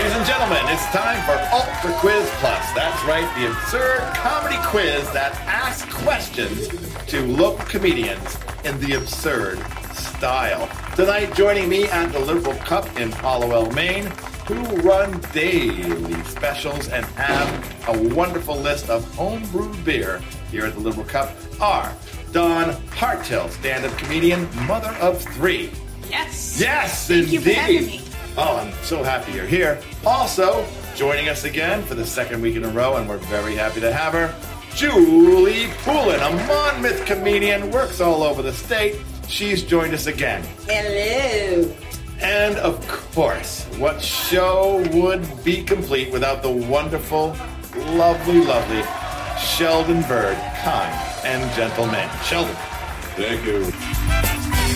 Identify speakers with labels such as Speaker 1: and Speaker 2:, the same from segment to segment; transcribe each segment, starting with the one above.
Speaker 1: gentlemen, it's time for Ultra Quiz Plus. That's right, the absurd comedy quiz that asks questions to local comedians in the absurd style. Tonight, joining me at the Liberal Cup in Hollowell, Maine, who run daily specials and have a wonderful list of homebrew beer here at the Liberal Cup are Don Hartell, stand-up comedian, mother of three.
Speaker 2: Yes.
Speaker 1: Yes,
Speaker 2: Thank you
Speaker 1: indeed.
Speaker 2: for having me.
Speaker 1: Oh, I'm so happy you're here. Also, joining us again for the second week in a row, and we're very happy to have her, Julie Poulin, a Monmouth comedian, works all over the state. She's joined us again.
Speaker 2: Hello.
Speaker 1: And of course, what show would be complete without the wonderful, lovely, lovely Sheldon Bird, kind and gentle man. Sheldon.
Speaker 3: Thank you.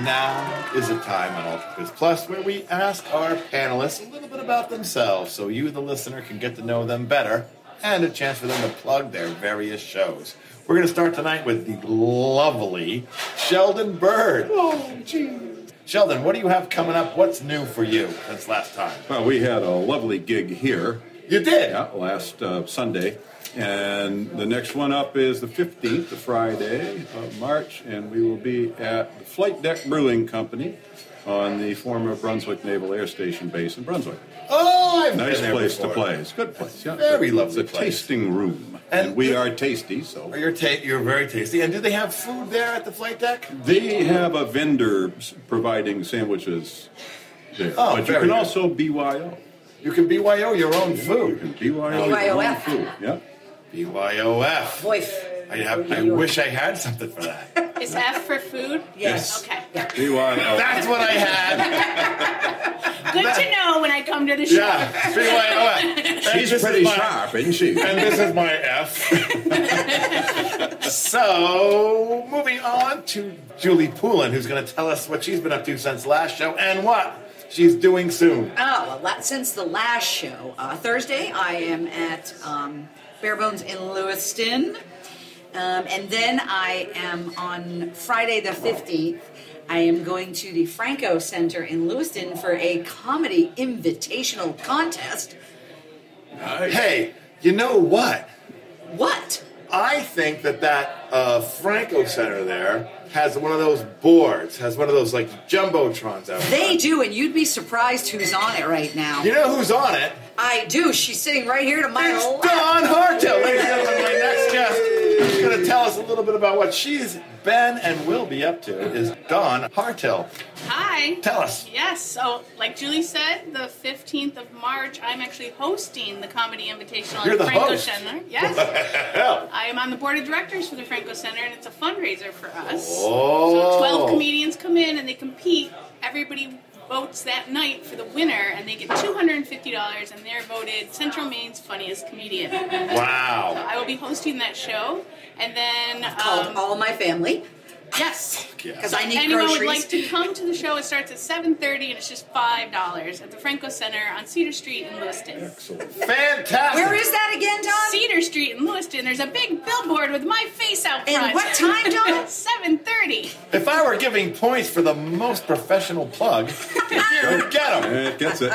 Speaker 1: Now is the time on Ultra Quiz Plus where we ask our panelists a little bit about themselves so you, the listener, can get to know them better and a chance for them to plug their various shows. We're going to start tonight with the lovely Sheldon Bird. Oh, geez. Sheldon, what do you have coming up? What's new for you since last time?
Speaker 3: Well, we had a lovely gig here
Speaker 1: You did.
Speaker 3: yeah, last uh, Sunday, and the next one up is the 15th, the Friday of March, and we will be at the Flight Deck Brewing Company on the former Brunswick Naval Air Station base in Brunswick.
Speaker 1: Oh, I've
Speaker 3: Nice
Speaker 1: been there
Speaker 3: place to
Speaker 1: before.
Speaker 3: play. It's a good place. Yeah,
Speaker 1: Very
Speaker 3: It's a-
Speaker 1: lovely
Speaker 3: It's a
Speaker 1: place.
Speaker 3: tasting room,
Speaker 1: And
Speaker 3: and, we
Speaker 1: do-
Speaker 3: are tasty, so.
Speaker 1: You're, ta- you're very tasty. And do they have food there at the flight deck?
Speaker 3: They have a vendor s- providing sandwiches there,
Speaker 1: Oh,
Speaker 3: but you
Speaker 1: very
Speaker 3: can
Speaker 1: good.
Speaker 3: also BYO.
Speaker 1: You can BYO your own
Speaker 3: You
Speaker 1: food.
Speaker 3: can BYO your own
Speaker 2: BYOF.
Speaker 3: food. Yeah.
Speaker 1: BYOF.
Speaker 4: Voice.
Speaker 1: I, have, I wish I had something for that.
Speaker 2: Is F for food?
Speaker 3: Yes.
Speaker 2: Okay.
Speaker 3: BYO.
Speaker 1: That's what I had.
Speaker 2: Good to know when I come to the show.
Speaker 1: Yeah, BYOF. And this
Speaker 3: She's
Speaker 1: is
Speaker 3: pretty
Speaker 1: my-
Speaker 3: sharp, isn't she?
Speaker 1: And this is my F. so, moving on to Julie Poulin, who's going to tell us what she's been up to since last show and what she's doing soon.
Speaker 4: Oh, well, la- since the last show, uh, Thursday, I am at um, Barebones in Lewiston. Um, and then I am on Friday the 15th, I am going to the Franco Center in Lewiston for a comedy invitational contest.
Speaker 1: Hey, you know what?
Speaker 4: What?
Speaker 1: I think that that uh, Franco Center there has one of those boards, has one of those like jumbotrons out.
Speaker 4: They
Speaker 1: front.
Speaker 4: do, and you'd be surprised who's on it right now.
Speaker 1: You know who's on it?
Speaker 4: I do. She's sitting right here to my
Speaker 1: It's
Speaker 4: left.
Speaker 1: Dawn Hartel, ladies and gentlemen, my next guest. She's going to tell us a little bit about what she's been and will be up to. Is Dawn Hartel?
Speaker 2: Hi.
Speaker 1: Tell us.
Speaker 2: Yes. So, like Julie said, the 15th of March, I'm actually hosting the Comedy Invitational
Speaker 1: You're
Speaker 2: at
Speaker 1: the
Speaker 2: Franco
Speaker 1: host.
Speaker 2: Center. Yes.
Speaker 1: Hell,
Speaker 2: I am on the board of directors for the Franco Center, and it's a fundraiser for us.
Speaker 1: Oh.
Speaker 2: So 12 comedians come in and they compete. Everybody votes that night for the winner, and they get $250, and they're voted Central Maine's funniest comedian.
Speaker 1: wow!
Speaker 2: I will be hosting that show, and then
Speaker 4: Called
Speaker 2: um,
Speaker 4: all my family
Speaker 2: yes,
Speaker 4: because I need
Speaker 2: anyone
Speaker 4: groceries.
Speaker 2: would like to come to the show. It starts at seven thirty, and it's just five dollars at the Franco Center on Cedar Street in Lewiston.
Speaker 1: Fantastic.
Speaker 4: Where is that again, Don?
Speaker 2: Cedar Street in Lewiston. There's a big billboard with my face out
Speaker 4: And
Speaker 2: front.
Speaker 4: what time, Dawn?
Speaker 2: Seven thirty.
Speaker 1: If I were giving points for the most professional plug, you'd get them.
Speaker 3: It gets it.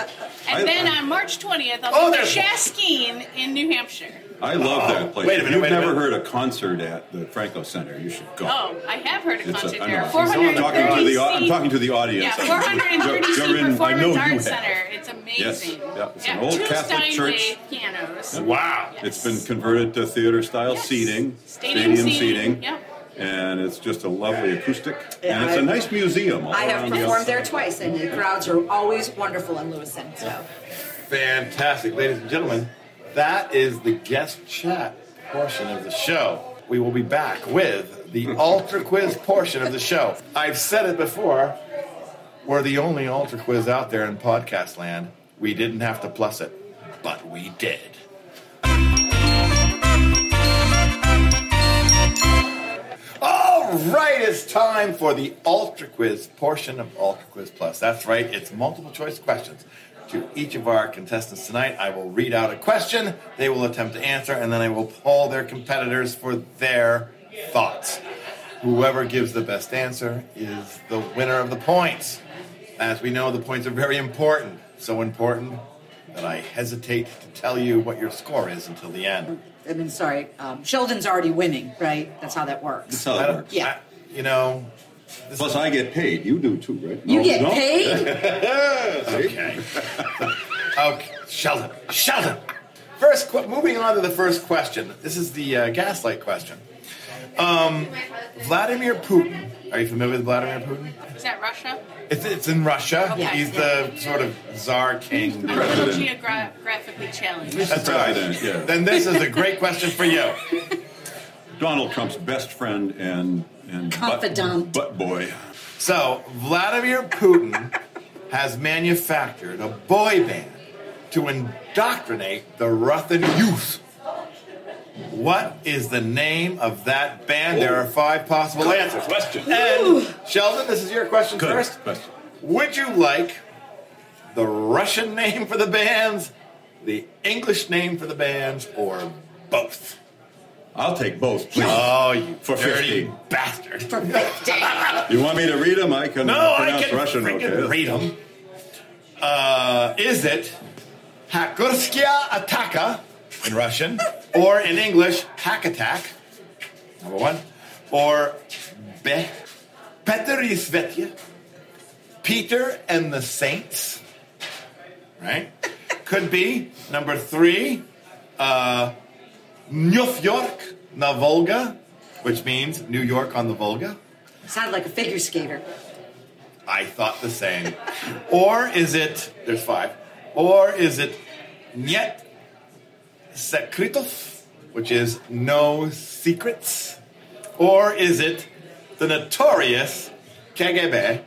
Speaker 2: And
Speaker 3: I,
Speaker 2: then on March twentieth, I'll
Speaker 1: Oh,
Speaker 2: be
Speaker 1: there's one.
Speaker 2: Shaskeen in New Hampshire.
Speaker 3: I love that place.
Speaker 1: Wait a minute,
Speaker 3: You've
Speaker 1: wait a
Speaker 3: never
Speaker 1: minute.
Speaker 3: heard a concert at the Franco Center. You should go.
Speaker 2: Oh, I have heard a
Speaker 3: It's
Speaker 2: concert
Speaker 3: a, I
Speaker 2: there.
Speaker 3: know.
Speaker 2: Four
Speaker 3: I'm
Speaker 2: hundred
Speaker 3: talking to
Speaker 2: thirty.
Speaker 3: the au- I'm talking to the audience.
Speaker 2: Yeah,
Speaker 3: I'm-
Speaker 2: 430
Speaker 3: Jo-
Speaker 2: seat
Speaker 3: Jorin, I know
Speaker 2: Performance
Speaker 3: you
Speaker 2: Arts
Speaker 3: have.
Speaker 2: Center. It's amazing.
Speaker 3: yeah, it's
Speaker 2: Yeah,
Speaker 3: an old
Speaker 2: two
Speaker 3: Catholic
Speaker 2: Steinway
Speaker 3: church.
Speaker 2: pianos.
Speaker 1: Wow.
Speaker 3: It's been converted to theater style
Speaker 2: Yes.
Speaker 3: seating,
Speaker 2: Stadium seating,
Speaker 3: seating,
Speaker 2: yeah.
Speaker 3: and it's just a lovely acoustic,
Speaker 4: Yeah,
Speaker 3: and it's a
Speaker 4: I-
Speaker 3: nice museum. All
Speaker 4: I have
Speaker 3: around the
Speaker 4: performed there
Speaker 3: outside.
Speaker 4: twice, and the crowds are always wonderful in Lewiston. So,
Speaker 1: Fantastic, ladies and gentlemen. That is the guest chat portion of the show. We will be back with the alter quiz portion of the show. I've said it before. We're the only alter quiz out there in podcast land. We didn't have to plus it, but we did. All right, it's time for the Ultra Quiz portion of Ultra Quiz Plus. That's right, it's multiple choice questions. to each of our contestants tonight. I will read out a question, they will attempt to answer, and then I will poll their competitors for their thoughts. Whoever gives the best answer is the winner of the points. As we know, the points are very important. So important that I hesitate to tell you what your score is until the end.
Speaker 4: I mean, sorry, um, Sheldon's already winning, right? That's how that works.
Speaker 3: That's how
Speaker 1: I
Speaker 3: that
Speaker 1: don't-
Speaker 3: works.
Speaker 4: Yeah.
Speaker 1: I- you know,
Speaker 3: Plus, I get paid. You do too, right?
Speaker 4: You
Speaker 3: No,
Speaker 4: get
Speaker 3: don't?
Speaker 4: paid?
Speaker 1: Okay. okay. Sheldon. Sheldon. First, qu- moving on to the first question. This is the uh, gaslight question. Um, Vladimir Putin. Are you familiar with Vladimir Putin?
Speaker 2: Is that Russia?
Speaker 1: It's, it's in Russia.
Speaker 4: Okay.
Speaker 1: He's the sort of czar king.
Speaker 2: I'm a little geographically challenged.
Speaker 1: That's right.
Speaker 3: President, yeah.
Speaker 1: Then this is a great question for you.
Speaker 3: Donald Trump's best friend and and butt-
Speaker 4: Confidant.
Speaker 3: butt boy.
Speaker 1: So, Vladimir Putin has manufactured a boy band to indoctrinate the Russian youth. What is the name of that band? There are five possible answers.
Speaker 3: Question.
Speaker 1: And, Sheldon, this is your question
Speaker 3: Good
Speaker 1: first.
Speaker 3: question.
Speaker 1: Would you like the Russian name for the bands, the English name for the bands, or both?
Speaker 3: I'll take both, please. Uh,
Speaker 1: Oh, you
Speaker 3: For
Speaker 1: dirty
Speaker 3: 50.
Speaker 1: bastard.
Speaker 3: you want me to read them? I can
Speaker 1: No,
Speaker 3: uh,
Speaker 1: I
Speaker 3: pronounce
Speaker 1: can
Speaker 3: Russian.
Speaker 1: freaking
Speaker 3: okay.
Speaker 1: read them. Uh, is it Hakurskia Ataka in Russian, or in English, Hack Attack, number one, or Be- Peter и Svetya, Peter and the Saints, right? Could be number three, uh, Nyuf York na Volga, which means New York on the Volga.
Speaker 4: Sound like a figure skater.
Speaker 1: I thought the same. or is it, there's five, or is it Nyet Sekritov, which is no secrets? Or is it the notorious KGB,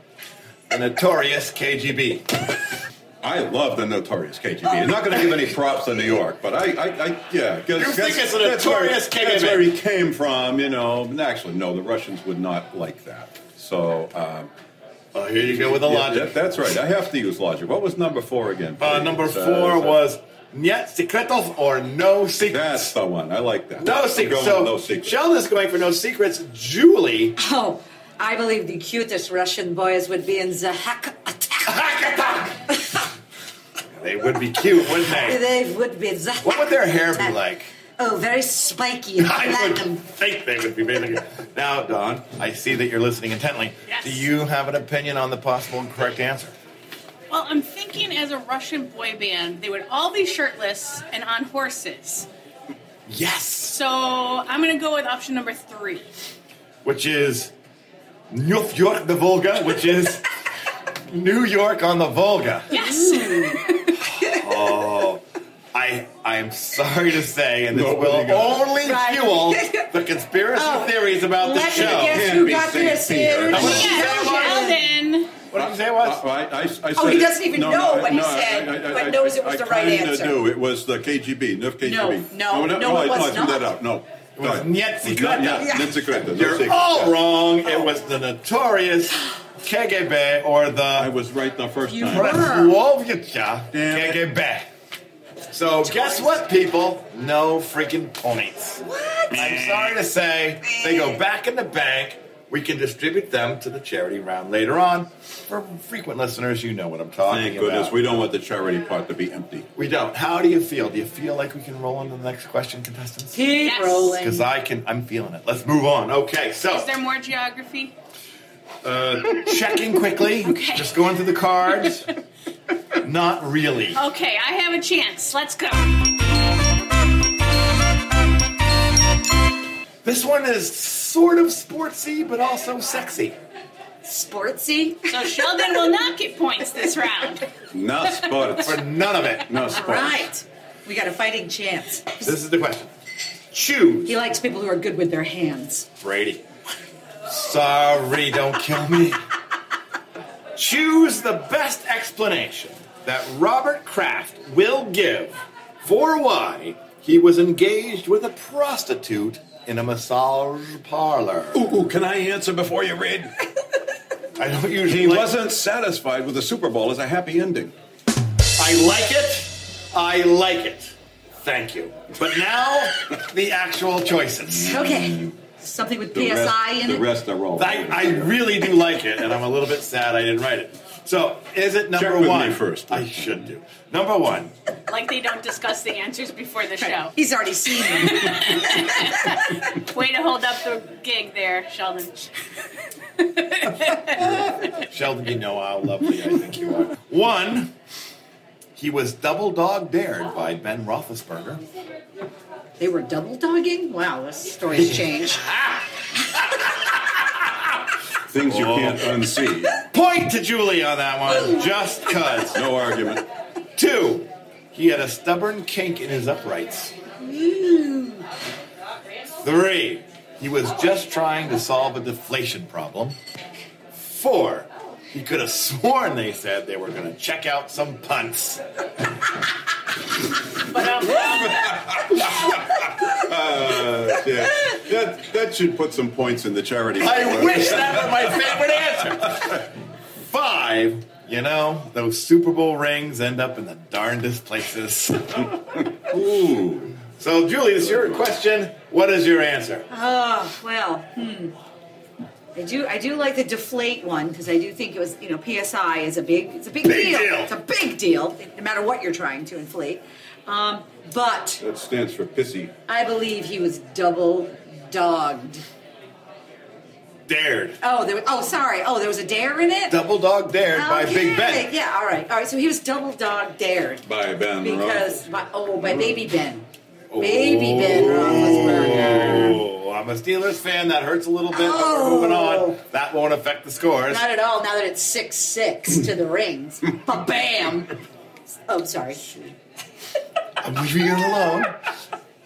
Speaker 1: the notorious KGB?
Speaker 3: I love the notorious KGB. I'm not going to give any props to New York, but I, I, I yeah. You
Speaker 1: think it's a notorious
Speaker 3: where, That's
Speaker 1: KGB.
Speaker 3: where he came from, you know. And actually, no, the Russians would not like that. So um,
Speaker 1: Oh, here you go with the
Speaker 3: yeah,
Speaker 1: logic.
Speaker 3: that- that's right. I have to use logic. What was number four again?
Speaker 1: Uh,
Speaker 3: please?
Speaker 1: number
Speaker 3: Uh,
Speaker 1: four
Speaker 3: so-
Speaker 1: was Nyet Sekritov or no
Speaker 3: That's
Speaker 1: secrets.
Speaker 3: the one. I like that.
Speaker 1: No
Speaker 3: I'm
Speaker 1: secrets.
Speaker 3: going
Speaker 1: So
Speaker 3: with no secrets.
Speaker 1: Sheldon's going for no secrets. Julie
Speaker 4: Oh, I believe the cutest Russian boys would be in the hack attack.
Speaker 1: They would be cute, wouldn't they?
Speaker 4: They would be the
Speaker 1: What would their hair be
Speaker 4: Attack.
Speaker 1: like?
Speaker 4: Oh, very spiky and
Speaker 1: I
Speaker 4: black
Speaker 1: would
Speaker 4: and
Speaker 1: think they would be really good. Now, Don, I see that you're listening intently.
Speaker 2: Yes.
Speaker 1: Do you have an opinion on the possible and correct answer?
Speaker 2: Well, I'm thinking as a Russian boy band, they would all be shirtless and on horses.
Speaker 1: Yes.
Speaker 2: So I'm going to go with option number three.
Speaker 1: Which is New York the Volga, which is New York on the Volga.
Speaker 2: Yes.
Speaker 1: I I am sorry to say, and this
Speaker 3: Nobody
Speaker 1: will
Speaker 3: got it.
Speaker 1: only
Speaker 4: Right.
Speaker 1: fuel the conspiracy
Speaker 4: Oh,
Speaker 1: theories about the
Speaker 4: Let me
Speaker 1: show.
Speaker 4: guess
Speaker 3: Can't
Speaker 4: who
Speaker 3: be
Speaker 4: got
Speaker 3: Saint
Speaker 4: this
Speaker 3: Peter.
Speaker 4: in.
Speaker 3: Come on.
Speaker 2: Sheldon.
Speaker 1: What did you say it
Speaker 3: Uh,
Speaker 1: was?
Speaker 3: I- I- I said
Speaker 4: Oh, he
Speaker 3: it-
Speaker 4: doesn't even
Speaker 3: no,
Speaker 4: know
Speaker 3: no,
Speaker 4: what he
Speaker 3: no, I-
Speaker 4: said,
Speaker 3: I- I-
Speaker 4: but
Speaker 3: I-
Speaker 4: knows it was the right
Speaker 3: I
Speaker 4: answer.
Speaker 3: kinda do. It was the KGB, NIF KGB.
Speaker 4: no, no,
Speaker 3: I,
Speaker 4: it was
Speaker 3: no, I threw
Speaker 4: not.
Speaker 3: that out. No.
Speaker 1: It was
Speaker 3: No.
Speaker 1: Nietzsche
Speaker 3: It was not-
Speaker 1: Greta.
Speaker 3: Yeah, Nietzsche Greta, no
Speaker 1: You're
Speaker 3: secret.
Speaker 1: all
Speaker 3: Yeah.
Speaker 1: wrong. It was the notorious KGB or the
Speaker 3: I was right the first
Speaker 4: You
Speaker 3: time.
Speaker 4: were.
Speaker 1: Praslovyica
Speaker 3: Damn it.
Speaker 1: KGB. So guess what, people? No freaking points.
Speaker 4: What?
Speaker 1: I'm sorry to say, they go back in the bank. We can distribute them to the charity round later on. For frequent listeners, you know what I'm talking
Speaker 3: Thank
Speaker 1: about.
Speaker 3: goodness we don't want the charity pot to be empty.
Speaker 1: we don't. How do you feel? Do you feel like we can roll on to the next question, contestants?
Speaker 4: Keep
Speaker 2: Yes.
Speaker 4: rolling.
Speaker 1: Because I can, I'm feeling it. Let's move on. Okay, so. uh,
Speaker 2: Is there more geography?
Speaker 1: checking quickly.
Speaker 2: Okay.
Speaker 1: Just going through the cards. Not really.
Speaker 2: Okay, I have a chance. Let's go.
Speaker 1: This one is sort of sportsy, but also sexy.
Speaker 4: Sportsy.
Speaker 2: So Sheldon will not get points this round.
Speaker 3: Not sports.
Speaker 1: For none of it.
Speaker 3: Not sports.
Speaker 4: Right. We got a fighting chance.
Speaker 1: This is the question. Choose
Speaker 4: He likes people who are good with their hands.
Speaker 1: Brady. Sorry, don't kill me. Choose the best explanation that Robert Kraft will give for why he was engaged with a prostitute in a massage parlor.
Speaker 3: Ooh, ooh, can I answer before you read?
Speaker 1: I don't usually
Speaker 3: He
Speaker 1: like-
Speaker 3: wasn't satisfied with the Super Bowl as a happy ending.
Speaker 1: I I like it. I like it. Thank you. But now, the actual choices.
Speaker 4: Okay. Something with
Speaker 3: The rest-
Speaker 4: PSI in
Speaker 3: the
Speaker 4: it.
Speaker 3: rest are all.
Speaker 1: I, I really do like it, and I'm a little bit sad I didn't write it. So, is it number
Speaker 3: Check with me
Speaker 1: one?
Speaker 3: first.
Speaker 1: I should do. Number one.
Speaker 2: Like they don't discuss the answers before the show.
Speaker 4: He's already seen them.
Speaker 2: Way to hold up the gig there, Sheldon.
Speaker 1: Sheldon, you know how lovely I think you are. One, he was double dog dared by Ben Roethlisberger.
Speaker 4: they were double dogging? Wow, this story's changed.
Speaker 3: Things you can't unsee.
Speaker 1: Point to Julie on that one, just cuz.
Speaker 3: No argument.
Speaker 1: Two, he had a stubborn kink in his uprights. Three, he was just trying to solve a deflation problem. Four, he could have sworn they said they were going to check out some punts.
Speaker 2: But um,
Speaker 3: Uh, yeah. that, that should put some points in the charity.
Speaker 1: I wish that were my favorite answer. Five, you know, those Super Bowl rings end up in the darndest places.
Speaker 3: Ooh.
Speaker 1: So, Julie, it's your question. What is your answer?
Speaker 4: Oh well, hmm. I do I do like the deflate one because I do think it was you know PSI is a big it's a big,
Speaker 1: Big deal.
Speaker 4: It's a big deal no matter what you're trying to inflate. Um, but
Speaker 3: That stands for pissy.
Speaker 4: I believe he was double dogged.
Speaker 1: Dared.
Speaker 4: Oh, there. Oh, sorry. Oh, there was a dare in it.
Speaker 1: Double dog dared by Big Ben.
Speaker 4: Okay, Oh, Yeah. All right. All right. So he was double dog dared
Speaker 3: By Ben
Speaker 4: because by, oh by baby Ben, baby Ben Roethlisberger.
Speaker 1: Oh, I'm a Steelers fan. That hurts a little bit. but
Speaker 4: Oh.
Speaker 1: We're moving on. That won't affect the scores.
Speaker 4: Not at all. Now that it's six six to the rings, ba bam. Oh, sorry.
Speaker 1: I'm leaving it alone.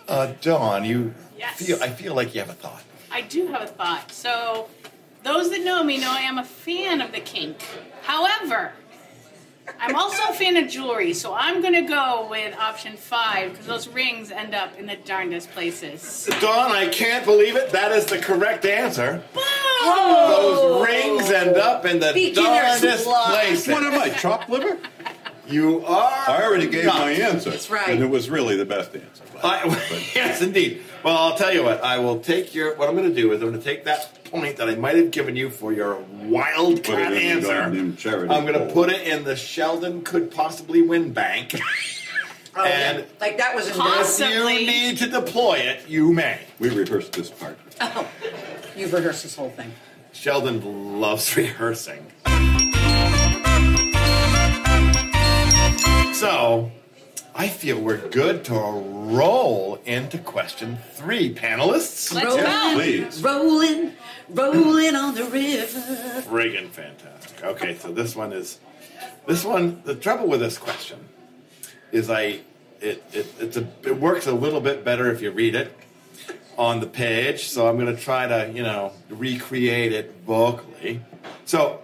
Speaker 1: Uh, Dawn, you
Speaker 2: Yes.
Speaker 1: feel. I feel like you have a thought.
Speaker 2: I do have a thought. So, those that know me know I am a fan of the kink. However, I'm also a fan of jewelry, so I'm going to go with option five because those rings end up in the darndest places.
Speaker 1: Dawn, I can't believe it. That is the correct answer.
Speaker 2: Boom!
Speaker 1: Those rings end up in the
Speaker 4: Beginner's
Speaker 1: darndest
Speaker 4: luck.
Speaker 1: places.
Speaker 3: What am I, chopped liver?
Speaker 1: You are.
Speaker 3: I already gave my
Speaker 1: nuts.
Speaker 3: answer.
Speaker 4: That's right.
Speaker 3: And it was really the best answer.
Speaker 1: I, yes, indeed. Well, I'll tell you what. I will take your. What I'm going to do is I'm going to take that point that I might have given you for your
Speaker 3: Put
Speaker 1: wildcat
Speaker 3: it in the
Speaker 1: answer.
Speaker 3: goddamn charity.
Speaker 1: I'm going to
Speaker 3: bowl.
Speaker 1: put it in the Sheldon could possibly win bank.
Speaker 4: Oh,
Speaker 1: And-
Speaker 4: yeah. like that was
Speaker 2: Poss-
Speaker 4: embarrassing.
Speaker 1: if you
Speaker 2: Possibly.
Speaker 1: need to deploy it, you may.
Speaker 3: We rehearsed this part.
Speaker 4: Oh, you've rehearsed this whole thing.
Speaker 1: Sheldon loves rehearsing. So, I feel we're good to roll into question three, panelists.
Speaker 2: Let's go.
Speaker 3: Please.
Speaker 4: Rolling, rolling on the river.
Speaker 1: friggin' fantastic. Okay, so this one is this one. The trouble with this question is I it it it's a it works a little bit better if you read it on the page. So I'm gonna try to you know recreate it vocally. So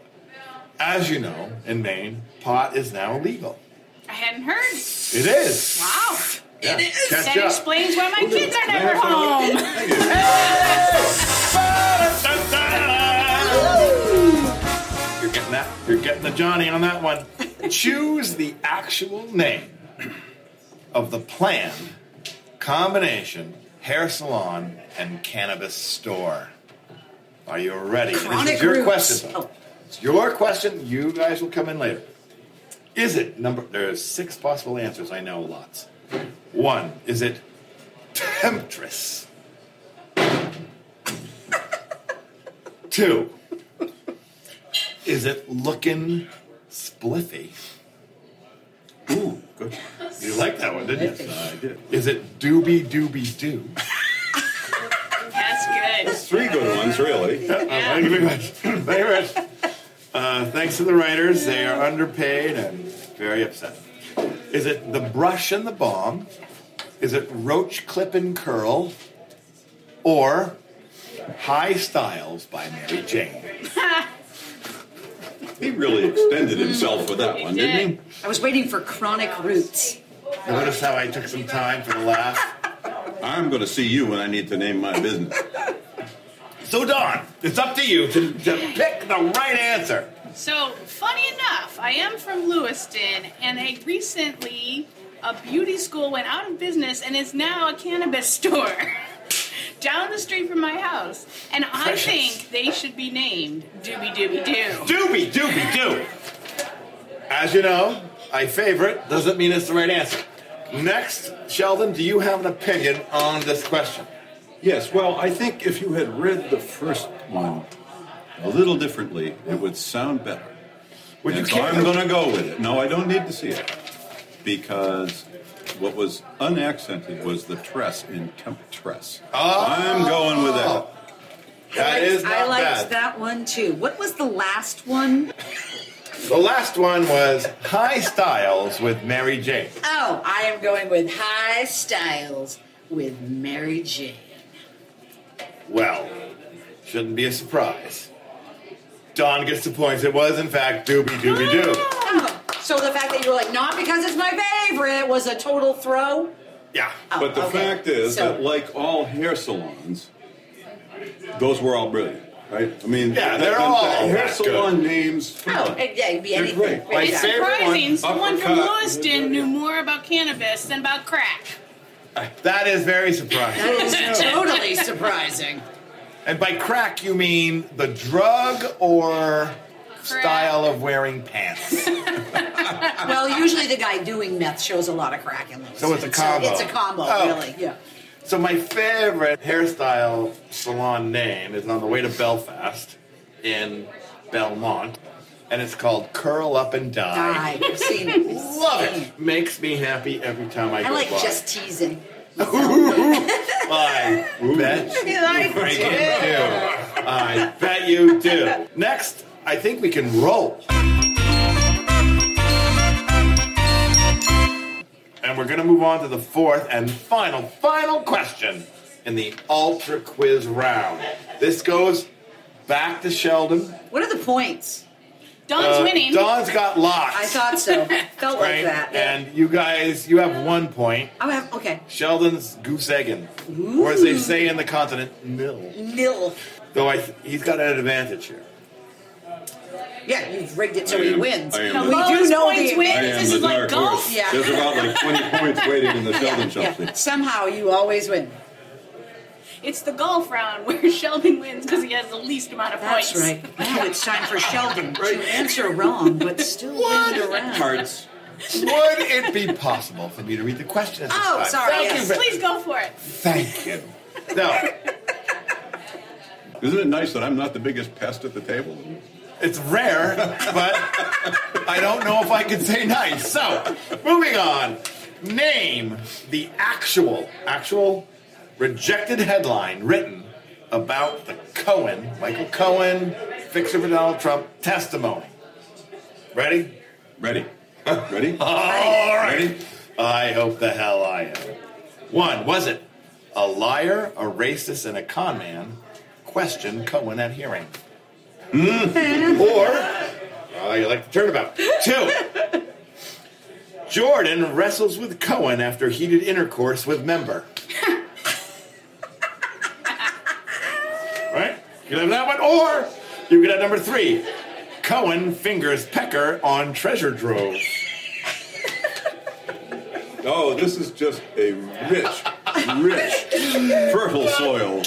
Speaker 1: as you know, in Maine, pot is now illegal.
Speaker 2: I hadn't heard.
Speaker 1: It is.
Speaker 2: Wow.
Speaker 1: Yeah,
Speaker 2: That
Speaker 1: catch up.
Speaker 2: explains why my kids are never
Speaker 3: That's all.
Speaker 2: home.
Speaker 3: Thank you.
Speaker 1: You're getting that. You're getting the Johnny on that one. Choose the actual name of the planned combination hair salon and cannabis store. Are you ready? this
Speaker 4: Chronic
Speaker 1: is your
Speaker 4: roots.
Speaker 1: question.
Speaker 4: Oh.
Speaker 1: It's your question. You guys will come in later. Is it number? There's six possible answers. I know lots. One is it temptress. Two. Is it looking spliffy?
Speaker 3: Ooh, good.
Speaker 1: You like that one, didn't you?
Speaker 3: I did.
Speaker 1: Is it doobie doobie doo?
Speaker 2: That's good.
Speaker 3: Three good ones, really.
Speaker 1: Thank you very much. Thank you very much. Uh, thanks to the writers, they are underpaid and very upset. Is it the brush and the bomb? Is it roach clip and curl? Or High Styles by Mary Jane?
Speaker 3: He really extended himself with that one, didn't he?
Speaker 4: I was waiting for chronic roots.
Speaker 1: Notice how I took some time for the laugh.
Speaker 3: I'm going to see you when I need to name my business.
Speaker 1: So Don, it's up to you to, to pick the right answer.
Speaker 2: So, funny enough, I am from Lewiston, and I recently a beauty school went out of business and is now a cannabis store down the street from my house. And I
Speaker 1: Precious.
Speaker 2: think they should be named Doobie Doobie Doo.
Speaker 1: Doobie, doobie, doo. As you know, I favor it. Doesn't mean it's the right answer. Next, Sheldon, do you have an opinion on this question?
Speaker 3: Yes, well, I think if you had read the first one a little differently, it would sound better.
Speaker 1: Would you
Speaker 3: And so
Speaker 1: care-
Speaker 3: I'm going to go with it. No, I don't need to see it. Because what was unaccented was the tress in temptress.
Speaker 1: Oh.
Speaker 3: I'm going with that.
Speaker 1: That
Speaker 4: I liked-
Speaker 1: is not
Speaker 4: I liked
Speaker 1: bad.
Speaker 4: that one too. What was the last one?
Speaker 1: The last one was High Styles with Mary Jane.
Speaker 4: Oh, I am going with High Styles with Mary Jane.
Speaker 1: Well, shouldn't be a surprise. Don gets the points. It was, in fact, doobie doobie doo.
Speaker 4: Oh, so the fact that you were like, not because it's my favorite, was a total throw.
Speaker 1: Yeah.
Speaker 4: Oh,
Speaker 3: But the
Speaker 4: okay.
Speaker 3: fact is
Speaker 4: So-
Speaker 3: that, like all hair salons, those were all brilliant, right? I mean,
Speaker 1: Yeah,
Speaker 3: the-
Speaker 1: they're
Speaker 3: the- the
Speaker 1: all
Speaker 3: hair
Speaker 1: that
Speaker 3: salon
Speaker 1: good.
Speaker 3: names. come
Speaker 4: Oh,
Speaker 3: on.
Speaker 4: it- yeah, it'd be
Speaker 3: They're
Speaker 4: anything.
Speaker 3: great.
Speaker 4: Right.
Speaker 1: My favorite
Speaker 2: Surprising,
Speaker 1: one,
Speaker 2: someone from
Speaker 3: uppercut.
Speaker 2: Lewiston knew more about cannabis than about crack.
Speaker 1: That is very surprising.
Speaker 4: That is totally surprising.
Speaker 1: And by crack, you mean the drug or style of wearing pants?
Speaker 4: Well, usually the guy doing meth shows a lot of crack in Lewis.
Speaker 1: So it's a combo.
Speaker 4: it's a combo,
Speaker 1: Oh.
Speaker 4: really. Yeah.
Speaker 1: so my favorite hairstyle salon name is on the way to Belfast in Belmont, and it's called Curl Up and Die.
Speaker 4: I've seen it.
Speaker 1: Love it. Makes me happy every time I go
Speaker 4: I like
Speaker 1: by.
Speaker 4: just teasing.
Speaker 1: I bet you do. I bet you do. Next, I think we can roll. And we're going to move on to the fourth and final, final question in the Ultra Quiz round. This goes back to Sheldon.
Speaker 4: What are the points?
Speaker 2: Don's
Speaker 1: Uh,
Speaker 2: winning.
Speaker 1: Don's got locks.
Speaker 4: I thought so. Felt like
Speaker 1: right?
Speaker 4: that.
Speaker 1: And you guys, you have one point.
Speaker 4: I have okay.
Speaker 1: Sheldon's goose egging. Or as they say in the continent, nil.
Speaker 4: Nil.
Speaker 1: Though I th- he's got an advantage here.
Speaker 4: Yeah, you've rigged it so
Speaker 3: I
Speaker 4: he
Speaker 3: am-
Speaker 4: wins.
Speaker 3: I am
Speaker 2: The
Speaker 3: We do
Speaker 2: lowest
Speaker 4: know
Speaker 2: points
Speaker 4: the-
Speaker 2: wins.
Speaker 3: I am
Speaker 2: This
Speaker 3: the
Speaker 2: is like
Speaker 3: dark
Speaker 2: golf.
Speaker 3: horse.
Speaker 4: Yeah.
Speaker 3: There's about like 20 points waiting in the Sheldon Chelsea.
Speaker 4: Somehow you always win.
Speaker 2: It's the golf round where Sheldon wins because he has the least amount of
Speaker 4: That's
Speaker 2: points.
Speaker 4: right. Now it's time for Sheldon to answer wrong, but still win the round.
Speaker 3: Hearts.
Speaker 1: Would it be possible for me to read the question at this
Speaker 4: Oh,
Speaker 1: time?
Speaker 4: sorry,
Speaker 1: Thank
Speaker 4: yes.
Speaker 1: you.
Speaker 2: Please go for it.
Speaker 1: Thank you. No,
Speaker 3: Isn't it nice that I'm not the biggest pest at the table?
Speaker 1: it's rare, but I don't know if I can say nice. So, moving on. Name the actual, actual rejected headline written about the Cohen, Michael Cohen, fixer for Donald Trump testimony. Ready?
Speaker 3: Ready? Ready?
Speaker 1: All right.
Speaker 3: Ready?
Speaker 1: I hope the hell I am. One, was it a liar, a racist, and a con man? Question Cohen at hearing. Mm. or, oh, you like the turnabout. Two, Jordan wrestles with Cohen after heated intercourse with member. right? You can have that one. Or, you can have number three Cohen fingers Pecker on treasure drove.
Speaker 3: Oh, this is just a rich, rich, fertile soil.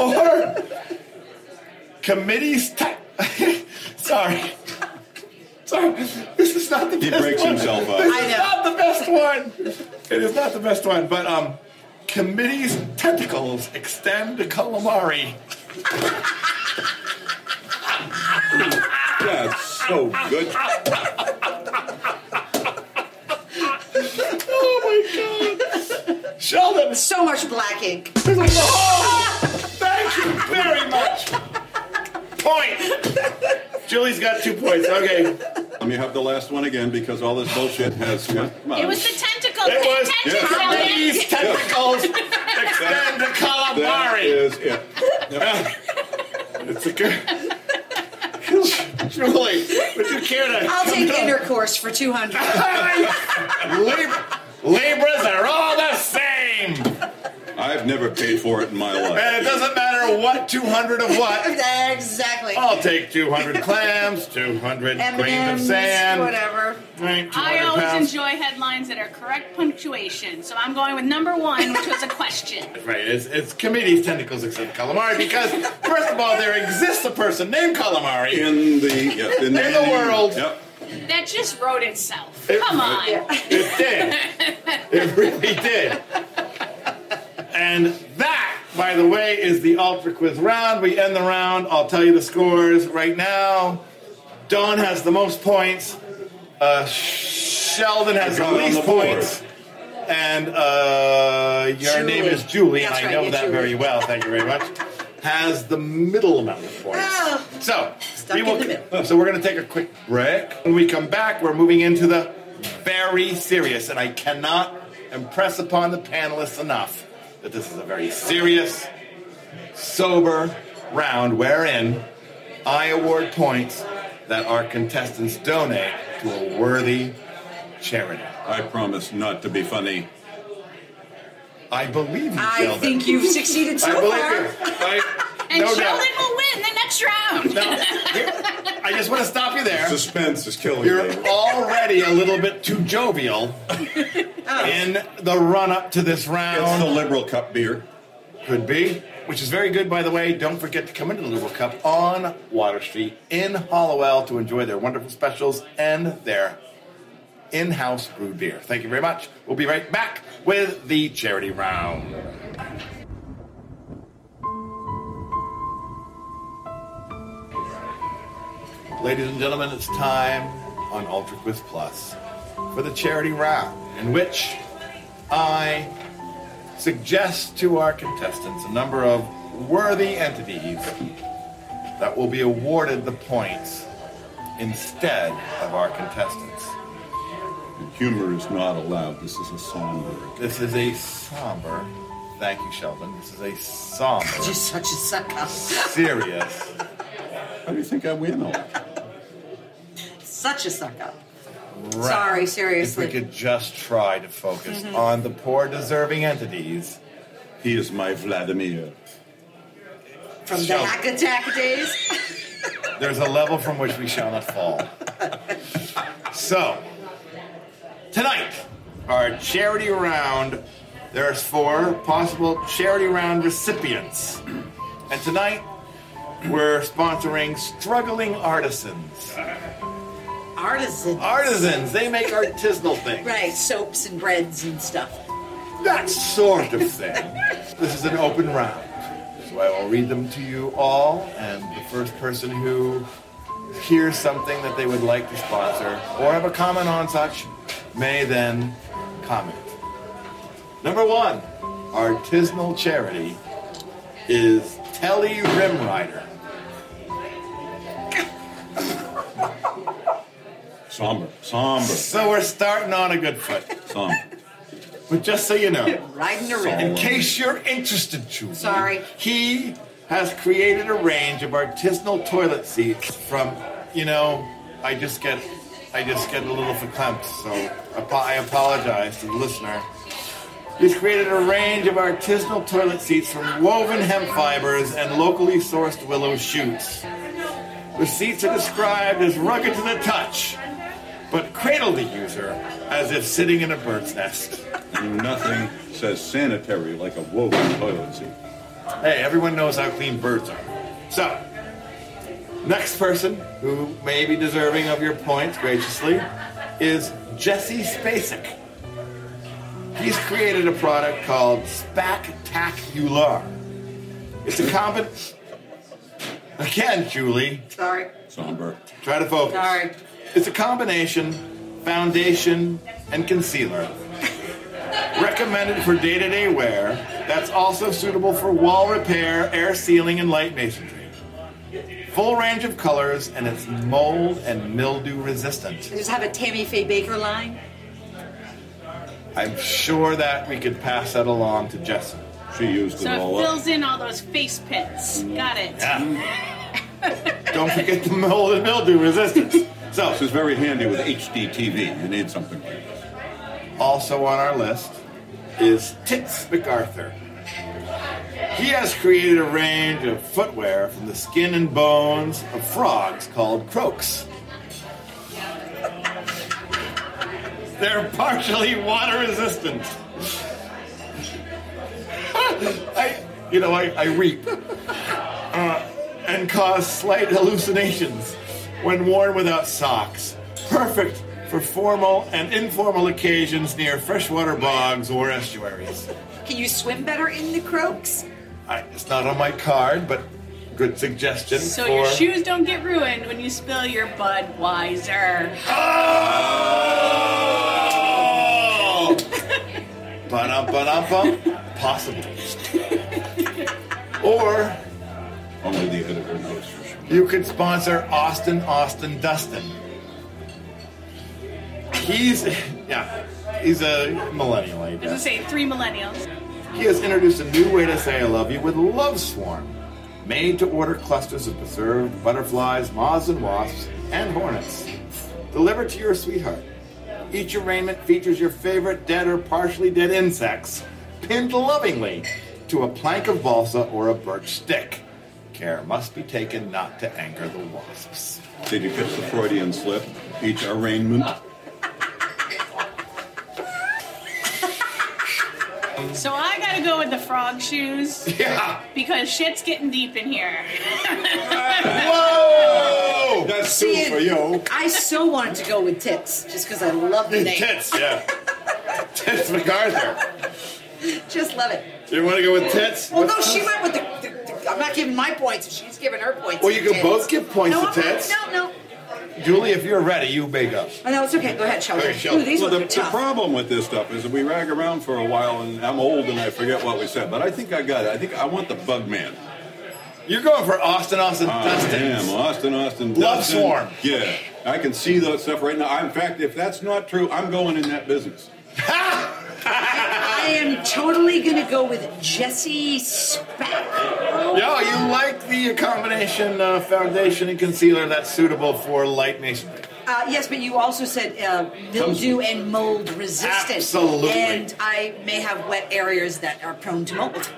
Speaker 1: or committees. Te- Sorry. Sorry. This is not the
Speaker 3: He
Speaker 1: best
Speaker 3: breaks
Speaker 1: one.
Speaker 3: himself up.
Speaker 1: This
Speaker 4: I
Speaker 1: is
Speaker 4: know.
Speaker 1: not the best one. It is not the best one, but um, committee's tentacles extend to calamari.
Speaker 3: That's so good.
Speaker 1: Oh my god. Sheldon,
Speaker 4: So much black ink.
Speaker 1: It's like, oh, thank you very much. Point. Julie's got two points. Okay.
Speaker 3: Let me have the last one again because all this bullshit has. Come on.
Speaker 2: It was the tentacles.
Speaker 1: Um, It was
Speaker 2: The
Speaker 3: yeah.
Speaker 2: tentacles.
Speaker 1: committee's tentacles extend to
Speaker 3: That
Speaker 1: calamari.
Speaker 3: is it.
Speaker 1: It's a good. Julie, would you care to?
Speaker 4: I'll take intercourse for 200.
Speaker 1: Lib- Libras are all the same,
Speaker 3: I've never paid for it in my life.
Speaker 1: and it doesn't matter know what 200 of what.
Speaker 4: Exactly.
Speaker 1: I'll take 200 clams, 200 grains Oh, of
Speaker 4: M&Ms,
Speaker 1: sand.
Speaker 4: whatever.
Speaker 1: right, 200
Speaker 2: I always
Speaker 1: pounds.
Speaker 2: enjoy headlines that are correct punctuation, so I'm going with number one, which was a question.
Speaker 1: Right, it's, it's comedies, tentacles, except calamari, because first of all, there exists a person named Calamari.
Speaker 3: In the yeah, in,
Speaker 1: In the world.
Speaker 3: Yep.
Speaker 2: That just wrote itself.
Speaker 1: It-
Speaker 2: Come on.
Speaker 1: It did. It really did. And that, by the way, is the Ultra Quiz round. We end the round. I'll tell you the scores right now. Don has the most points. Uh, Sheldon has the
Speaker 3: Got it on
Speaker 1: least
Speaker 3: the board.
Speaker 1: points. And uh, your
Speaker 4: Julie.
Speaker 1: name is Julie, and
Speaker 4: That's
Speaker 1: I
Speaker 4: right,
Speaker 1: know
Speaker 4: yeah,
Speaker 1: that
Speaker 4: Julie.
Speaker 1: very well. Thank you very much. Has the middle amount of points.
Speaker 4: Oh.
Speaker 1: So,
Speaker 4: Stuck
Speaker 1: we will-
Speaker 4: in the middle.
Speaker 1: so we're going to take a quick break. When we come back, we're moving into the very serious, and I cannot impress upon the panelists enough that this is a very serious, sober round wherein I award points that our contestants donate to a worthy charity.
Speaker 3: I promise not to be funny.
Speaker 1: I believe you,
Speaker 4: I
Speaker 1: Sheldon.
Speaker 4: think you've succeeded so
Speaker 1: I believe
Speaker 4: far.
Speaker 1: you. I,
Speaker 2: And
Speaker 1: no
Speaker 2: Sheldon
Speaker 1: doubt.
Speaker 2: will win the next round.
Speaker 1: Now, here- I just want to stop you there.
Speaker 3: Suspense is killing
Speaker 1: You're
Speaker 3: me.
Speaker 1: already a little bit too jovial in the run up to this
Speaker 3: It's the
Speaker 1: round.
Speaker 3: liberal cup beer.
Speaker 1: Could be. Which is very good, by the way. Don't forget to come into the Louisville Cup on Water Street in Hollowell to enjoy their wonderful specials and their in house brewed beer. Thank you very much. We'll be right back with the charity round. Ladies and gentlemen, it's time on Ultra Quiz Plus for the charity round, in which I suggest to our contestants a number of worthy entities that will be awarded the points instead of our contestants.
Speaker 3: Humor is not allowed. This is a song.
Speaker 1: This is a somber, thank you, Sheldon. This is a somber,
Speaker 4: You're such a suck up.
Speaker 1: serious.
Speaker 3: How do you think I win all that?
Speaker 4: Such a suck up.
Speaker 1: Right.
Speaker 4: Sorry,
Speaker 1: If we
Speaker 4: seriously. Mm-hmm.
Speaker 1: could just try to focus on the poor deserving entities.
Speaker 3: He is my Vladimir.
Speaker 4: From the
Speaker 1: Sheldon.
Speaker 4: hack attack days.
Speaker 1: There's a level from which we shall not fall. So, tonight, our charity round, there's four possible charity round recipients. And tonight, we're sponsoring struggling artisans.
Speaker 4: Artisan.
Speaker 1: Artisans, they make artisanal things.
Speaker 4: Right, soaps and breads and stuff.
Speaker 1: That sort of thing. this is an open round. So I will read them to you all, and the first person who hears something that they would like to sponsor or have a comment on such may then comment. Number one, artisanal charity is Telly Rim Rider.
Speaker 3: Somber. Somber.
Speaker 1: So we're starting on a good foot.
Speaker 3: Somber.
Speaker 1: But just so you know,
Speaker 4: Riding the rim.
Speaker 1: In case you're interested, Julie.
Speaker 4: Sorry.
Speaker 1: He has created a range of artisanal toilet seats from, you know, I just get, I just get a little verklempt, so apo- I apologize to the listener. He's created a range of artisanal toilet seats from woven hemp fibers and locally sourced willow shoots. The seats are described as rugged to the touch, but cradle the user as if sitting in a bird's nest.
Speaker 3: Nothing says sanitary like a woven toilet seat.
Speaker 1: Hey, everyone knows how clean birds are. So, next person who may be deserving of your points graciously is Jesse Spacek. He's created a product called Spack Tac Ular. It's a combi Again, Julie,
Speaker 4: Sorry.
Speaker 3: Somber.
Speaker 1: try to focus.
Speaker 4: Sorry.
Speaker 1: It's a combination foundation and concealer. Recommended for day to day wear, that's also suitable for wall repair, air sealing, and light masonry. Full range of colors, and it's mold and mildew resistant.
Speaker 4: I just have a Tammy Faye Baker line.
Speaker 1: I'm sure that we could pass that along to Jesse.
Speaker 3: She used it
Speaker 2: so
Speaker 3: all
Speaker 2: it
Speaker 3: up.
Speaker 2: fills in all those face pits. Got it.
Speaker 1: Don't forget the mold and mildew resistance. So,
Speaker 3: This is very handy with HDTV. You need something like this.
Speaker 1: also on our list is Tits MacArthur. He has created a range of footwear from the skin and bones of frogs called croaks. They're partially water resistant. I, you know, I, I weep and cause slight hallucinations when worn without socks. Perfect for formal and informal occasions near freshwater bogs or estuaries.
Speaker 4: Can you swim better in the croaks?
Speaker 1: I, it's not on my card, but good suggestion.
Speaker 2: So
Speaker 1: for...
Speaker 2: your shoes don't get ruined when you spill your Budweiser.
Speaker 1: Oh! ba ba Possible. or
Speaker 3: Only the editor knows for sure.
Speaker 1: you could sponsor Austin, Austin, Dustin. He's yeah, he's a millennial. I
Speaker 2: I was
Speaker 1: guess.
Speaker 2: gonna say three millennials.
Speaker 1: He has introduced a new way to say I love you with Love Swarm, made to order clusters of preserved butterflies, moths and wasps, and hornets, delivered to your sweetheart. Each arraignment features your favorite dead or partially dead insects, pinned lovingly to a plank of balsa or a birch stick. Care must be taken not to anger the wasps.
Speaker 3: Did you catch the Freudian slip? Each arraignment.
Speaker 2: So I gotta go with the frog shoes
Speaker 1: Yeah!
Speaker 2: because shit's getting deep in here.
Speaker 1: Whoa!
Speaker 3: That's two
Speaker 4: See,
Speaker 3: for you.
Speaker 4: I so wanted to go with tits, just because I love the name.
Speaker 1: Tits, yeah. Tits MacArthur.
Speaker 4: Just love it.
Speaker 1: You want to go with tits?
Speaker 4: Well,
Speaker 1: What's
Speaker 4: no, she
Speaker 1: tits?
Speaker 4: went with the, the, the. I'm not giving my points. if She's giving her points.
Speaker 1: Well, you
Speaker 4: to
Speaker 1: can
Speaker 4: tits.
Speaker 1: both give points
Speaker 4: no,
Speaker 1: to
Speaker 4: I'm not-
Speaker 1: tits.
Speaker 4: No, no.
Speaker 1: Julie, if you're ready, you may go.
Speaker 4: Oh, no, it's okay. Go ahead, Sheldon.
Speaker 1: Okay, Sheldon.
Speaker 4: Ooh, these
Speaker 3: Well, the,
Speaker 4: ones are
Speaker 3: the
Speaker 4: tough.
Speaker 3: problem with this stuff is that we rag around for a while, and I'm old and I forget what we said. But I think I got it. I think I want the Bug Man.
Speaker 1: You're going for Austin, Austin,
Speaker 3: I
Speaker 1: Dustin.
Speaker 3: am Austin, Austin,
Speaker 1: Love
Speaker 3: Dustin.
Speaker 1: Swarm.
Speaker 3: Yeah, I can see that stuff right now. I- In fact, if that's not true, I'm going in that business.
Speaker 4: I am totally gonna go with Jesse Spack.
Speaker 1: Yo, you like the combination uh, foundation and concealer that's suitable for light masonry.
Speaker 4: Uh, yes, but you also said uh, mildew and mold resistant.
Speaker 1: Absolutely.
Speaker 4: And I may have wet areas that are prone to mold.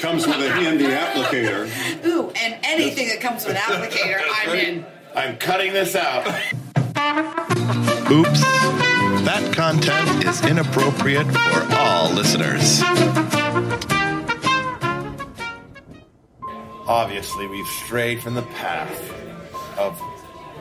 Speaker 3: Comes with a handy applicator.
Speaker 4: Ooh, and anything that comes with an applicator, I'm in.
Speaker 1: I'm cutting this out.
Speaker 5: Oops. That content is inappropriate for all listeners.
Speaker 1: Obviously, we've strayed from the path of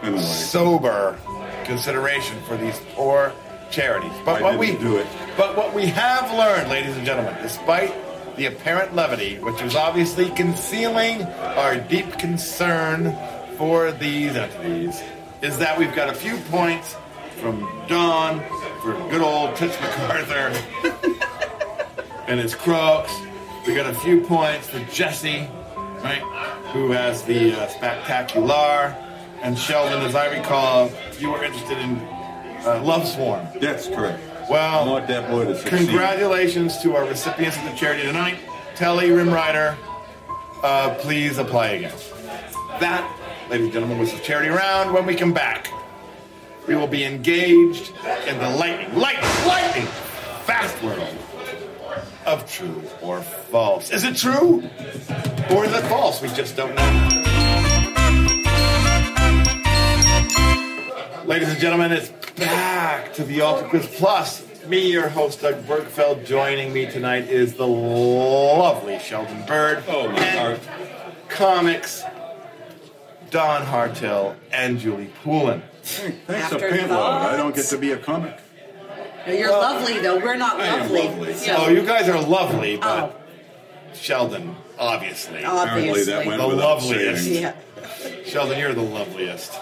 Speaker 3: Emily,
Speaker 1: sober consideration for these poor charities. But
Speaker 3: I
Speaker 1: what we
Speaker 3: didn't do it.
Speaker 1: But what we have learned, ladies and gentlemen, despite the apparent levity, which is obviously concealing our deep concern for these entities, is that we've got a few points from Don for good old Tits MacArthur and his croaks. We got a few points for Jesse, right? Who has the uh, spectacular. And Sheldon, as I recall, you were interested in uh, Love Swarm.
Speaker 3: that's correct.
Speaker 1: Well,
Speaker 3: I want that boy to succeed.
Speaker 1: Congratulations to our recipients of the charity tonight. Telly Rimrider, uh, please apply again. That, ladies and gentlemen, was the charity round. When we come back, we will be engaged in the lightning, lightning, lightning fast world of true or false. Is it true? Or is it false? We just don't know. Ladies and gentlemen, it's back to the Ultra Quiz Plus. Me, your host, Doug Bergfeld. Joining me tonight is the lovely Sheldon Bird.
Speaker 3: Oh, my
Speaker 1: and Comics, Don Hartel and Julie Poulin.
Speaker 3: Thanks a
Speaker 4: After
Speaker 3: pant load. I don't get
Speaker 4: thoughts.
Speaker 3: to be a comic.
Speaker 4: No, You're lovely, though. We're not
Speaker 3: I am
Speaker 4: lovely.
Speaker 3: lovely.
Speaker 4: So,
Speaker 1: Oh, you guys are lovely,
Speaker 4: oh,
Speaker 1: but Sheldon, obviously.
Speaker 3: Apparently,
Speaker 4: obviously.
Speaker 3: that went
Speaker 1: The
Speaker 3: without
Speaker 1: loveliest.
Speaker 3: saying.
Speaker 4: Yeah.
Speaker 1: Sheldon, you're the loveliest.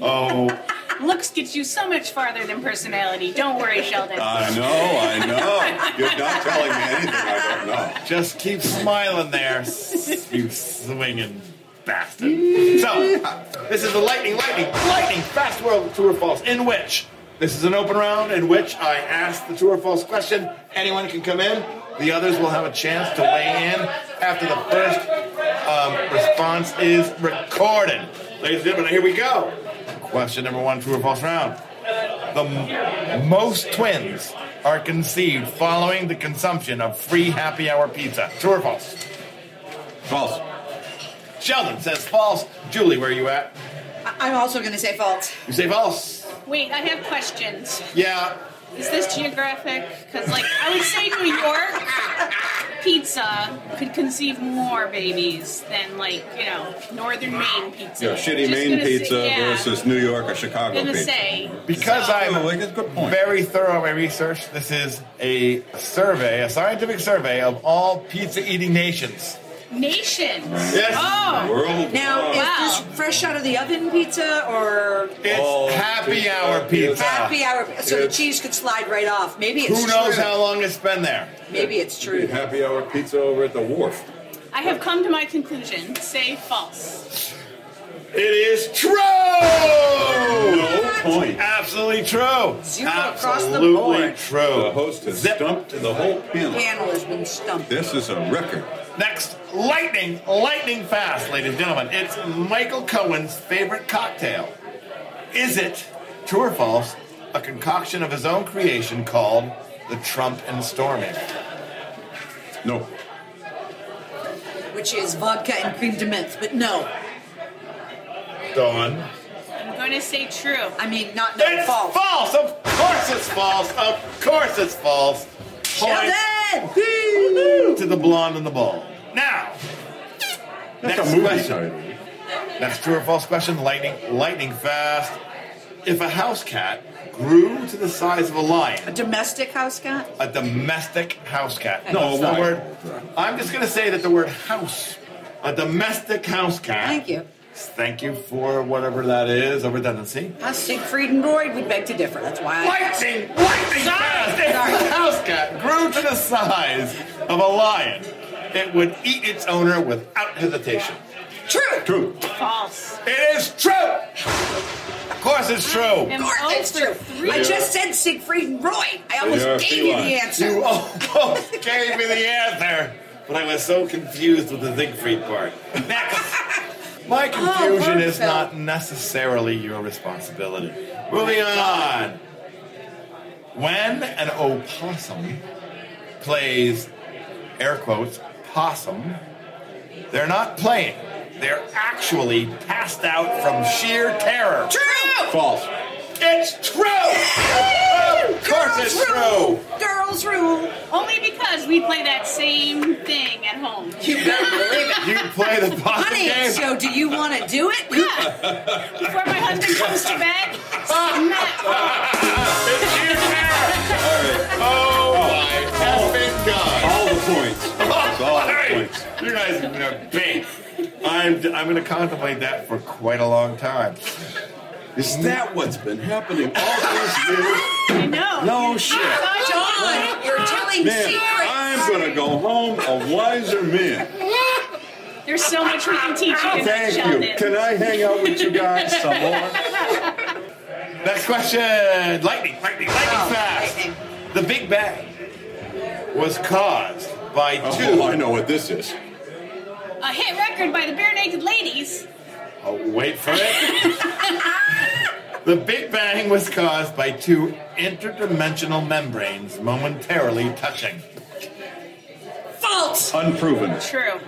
Speaker 1: Oh,
Speaker 2: Looks gets you so much farther than personality. Don't worry, Sheldon.
Speaker 3: I know, I know. You're not telling me anything I don't know.
Speaker 1: just keep smiling there, you swinging bastard. So, this is the lightning, lightning, lightning fast world of true or false, in which this is an open round in which I ask the true or false question. Anyone can come in. The others will have a chance to weigh in after the first um, response is recorded. Ladies and gentlemen, here we go. Question number one, true or false round. The m- most twins are conceived following the consumption of free happy hour pizza. True or false?
Speaker 3: False.
Speaker 1: Sheldon says false. Julie, where are you at?
Speaker 4: I- I'm also going to say false.
Speaker 1: You say false.
Speaker 2: Wait, I have questions.
Speaker 1: Yeah.
Speaker 2: Is this geographic? Because, like, I would say New York pizza could conceive more babies than, like, you know, northern Maine pizza.
Speaker 3: You know, shitty
Speaker 2: Just
Speaker 3: Maine
Speaker 2: gonna say-
Speaker 3: pizza
Speaker 2: yeah,
Speaker 3: versus New York or Chicago
Speaker 2: gonna
Speaker 3: pizza.
Speaker 2: say.
Speaker 1: Because I'm
Speaker 3: Oh, like, that's a good point.
Speaker 1: very thorough in my research, this is a survey, a scientific survey of all pizza eating nations.
Speaker 2: Nations.
Speaker 1: Yes.
Speaker 2: Oh.
Speaker 3: World
Speaker 4: Now,
Speaker 3: wide.
Speaker 2: Wow.
Speaker 4: is this fresh out of the oven pizza or
Speaker 1: It's
Speaker 3: All
Speaker 1: happy
Speaker 3: pizza
Speaker 1: hour
Speaker 3: is-
Speaker 1: pizza.
Speaker 4: happy hour? So the
Speaker 3: It's-
Speaker 4: cheese could slide right off. Maybe it's
Speaker 1: Who knows
Speaker 4: true.
Speaker 1: how long it's been there?
Speaker 4: Maybe it's true.
Speaker 3: happy hour pizza over at the wharf.
Speaker 2: I have come to my conclusion. Say false.
Speaker 1: It is true!
Speaker 3: No point.
Speaker 1: Absolutely true.
Speaker 4: Zero across the
Speaker 1: Absolutely
Speaker 4: board.
Speaker 1: true.
Speaker 3: The host has
Speaker 1: Zip.
Speaker 3: stumped the whole panel.
Speaker 4: Panel has been stumped.
Speaker 3: This is a record.
Speaker 1: Next, lightning, lightning fast, ladies and gentlemen. It's Michael Cohen's favorite cocktail. Is it, true or false, a concoction of his own creation called the Trump and Stormy?
Speaker 3: No.
Speaker 4: which is vodka and cream de menthe. But no,
Speaker 1: Dawn.
Speaker 2: I'm going to say true.
Speaker 4: I mean not no
Speaker 1: It's
Speaker 4: false.
Speaker 1: false. Of course it's false. Of course it's false. Point
Speaker 4: Sheldon!
Speaker 1: to the blonde and the ball. Now,
Speaker 3: That's
Speaker 1: Next
Speaker 3: a movie
Speaker 1: question.
Speaker 3: title.
Speaker 1: That's true or false question. Lightning, lightning fast. If a house cat grew to the size of a
Speaker 4: A
Speaker 1: lion,
Speaker 4: domestic house cat?
Speaker 1: a domestic house cat.
Speaker 3: No,
Speaker 1: that's the
Speaker 3: why?
Speaker 1: word. I'm just going to say that the word house, a domestic house cat.
Speaker 4: Thank you.
Speaker 1: Thank you for whatever that is, a redundancy.
Speaker 4: Us Siegfried and Roy, we beg to differ. That's why. I-
Speaker 1: Lightning, lightning fast! If the house cat grew to the size of a lion, it would eat its owner without hesitation.
Speaker 4: True.
Speaker 3: True.
Speaker 2: False.
Speaker 1: It is true. Of course, it's true.
Speaker 2: Am
Speaker 4: Of course
Speaker 2: oh
Speaker 4: it's
Speaker 2: for
Speaker 4: true.
Speaker 2: Three.
Speaker 4: I just said Siegfried and Roy. I almost
Speaker 3: are
Speaker 4: gave you the
Speaker 3: felines.
Speaker 4: answer.
Speaker 1: You almost gave me the answer, but I was so confused with the Siegfried part. Next. My confusion is
Speaker 4: Marcel.
Speaker 1: not necessarily your responsibility. Moving on. When an opossum plays air quotes possum, they're not playing. They're actually passed out from sheer terror.
Speaker 4: True.
Speaker 3: False.
Speaker 1: It's true! Of course
Speaker 4: Girls
Speaker 1: it's
Speaker 4: rule.
Speaker 1: true!
Speaker 4: Girls rule.
Speaker 2: Only because we play that same thing at home.
Speaker 4: You better believe it.
Speaker 1: You play the possum
Speaker 4: Honey,
Speaker 1: game?
Speaker 4: so do you want to do it?
Speaker 2: Before my husband comes to bed, smack.
Speaker 1: It's sheer terror!
Speaker 3: All right.
Speaker 1: Oh my effing god!
Speaker 3: All the points. That's all the points.
Speaker 1: You guys are gonna bait. I'm, I'm gonna contemplate that for quite a long time.
Speaker 3: Is that what's been happening all these years?
Speaker 2: I know.
Speaker 3: No shit.
Speaker 4: John, you're telling
Speaker 3: Man,
Speaker 4: secrets.
Speaker 3: I'm gonna go home a wiser man.
Speaker 2: There's so much we can teach you tonight,
Speaker 3: Thank you.
Speaker 2: Sheldon.
Speaker 3: Can I hang out with you guys some more?
Speaker 1: Next question Lightning, lightning, lightning
Speaker 4: Oh,
Speaker 1: fast!
Speaker 4: lightning.
Speaker 1: The Big Bang was caused by two.
Speaker 3: Oh, I know what this is.
Speaker 2: A hit record by the Bare Naked Ladies.
Speaker 1: Oh, wait for it. the Big Bang was caused by two interdimensional membranes momentarily touching.
Speaker 4: False.
Speaker 3: Unproven.
Speaker 2: True.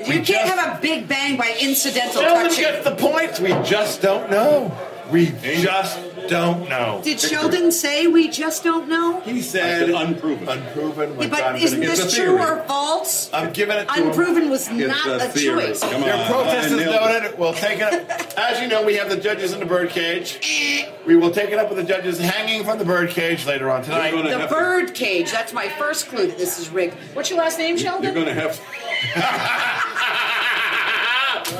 Speaker 4: You
Speaker 1: just-
Speaker 4: can't have a big bang by incidental
Speaker 1: Sheldon
Speaker 4: touching.
Speaker 1: gets the points. We just don't know. We just don't know.
Speaker 4: Did Sheldon say we just don't know?
Speaker 1: He said
Speaker 3: I said unproven.
Speaker 1: Unproven.
Speaker 4: Yeah,
Speaker 1: Which I'm
Speaker 4: but
Speaker 1: gonna
Speaker 4: isn't
Speaker 1: give-
Speaker 3: It's
Speaker 4: this
Speaker 3: a
Speaker 4: true
Speaker 3: theory.
Speaker 4: or false?
Speaker 1: I'm giving it to him.
Speaker 4: Unproven was
Speaker 3: It's
Speaker 4: not
Speaker 3: a
Speaker 4: a
Speaker 3: theory.
Speaker 4: choice.
Speaker 3: Come
Speaker 1: Your
Speaker 3: on,
Speaker 1: protest
Speaker 3: I
Speaker 1: is
Speaker 3: nailed it.
Speaker 1: noted. We'll take it up. As you know, we have the judges in the birdcage. We will take it up with the judges hanging from the birdcage later on tonight.
Speaker 3: You're
Speaker 4: The
Speaker 3: gonna-
Speaker 4: bird cage. That's my first clue that this is rigged. What's your last name,
Speaker 3: You're
Speaker 4: Sheldon?
Speaker 3: gonna have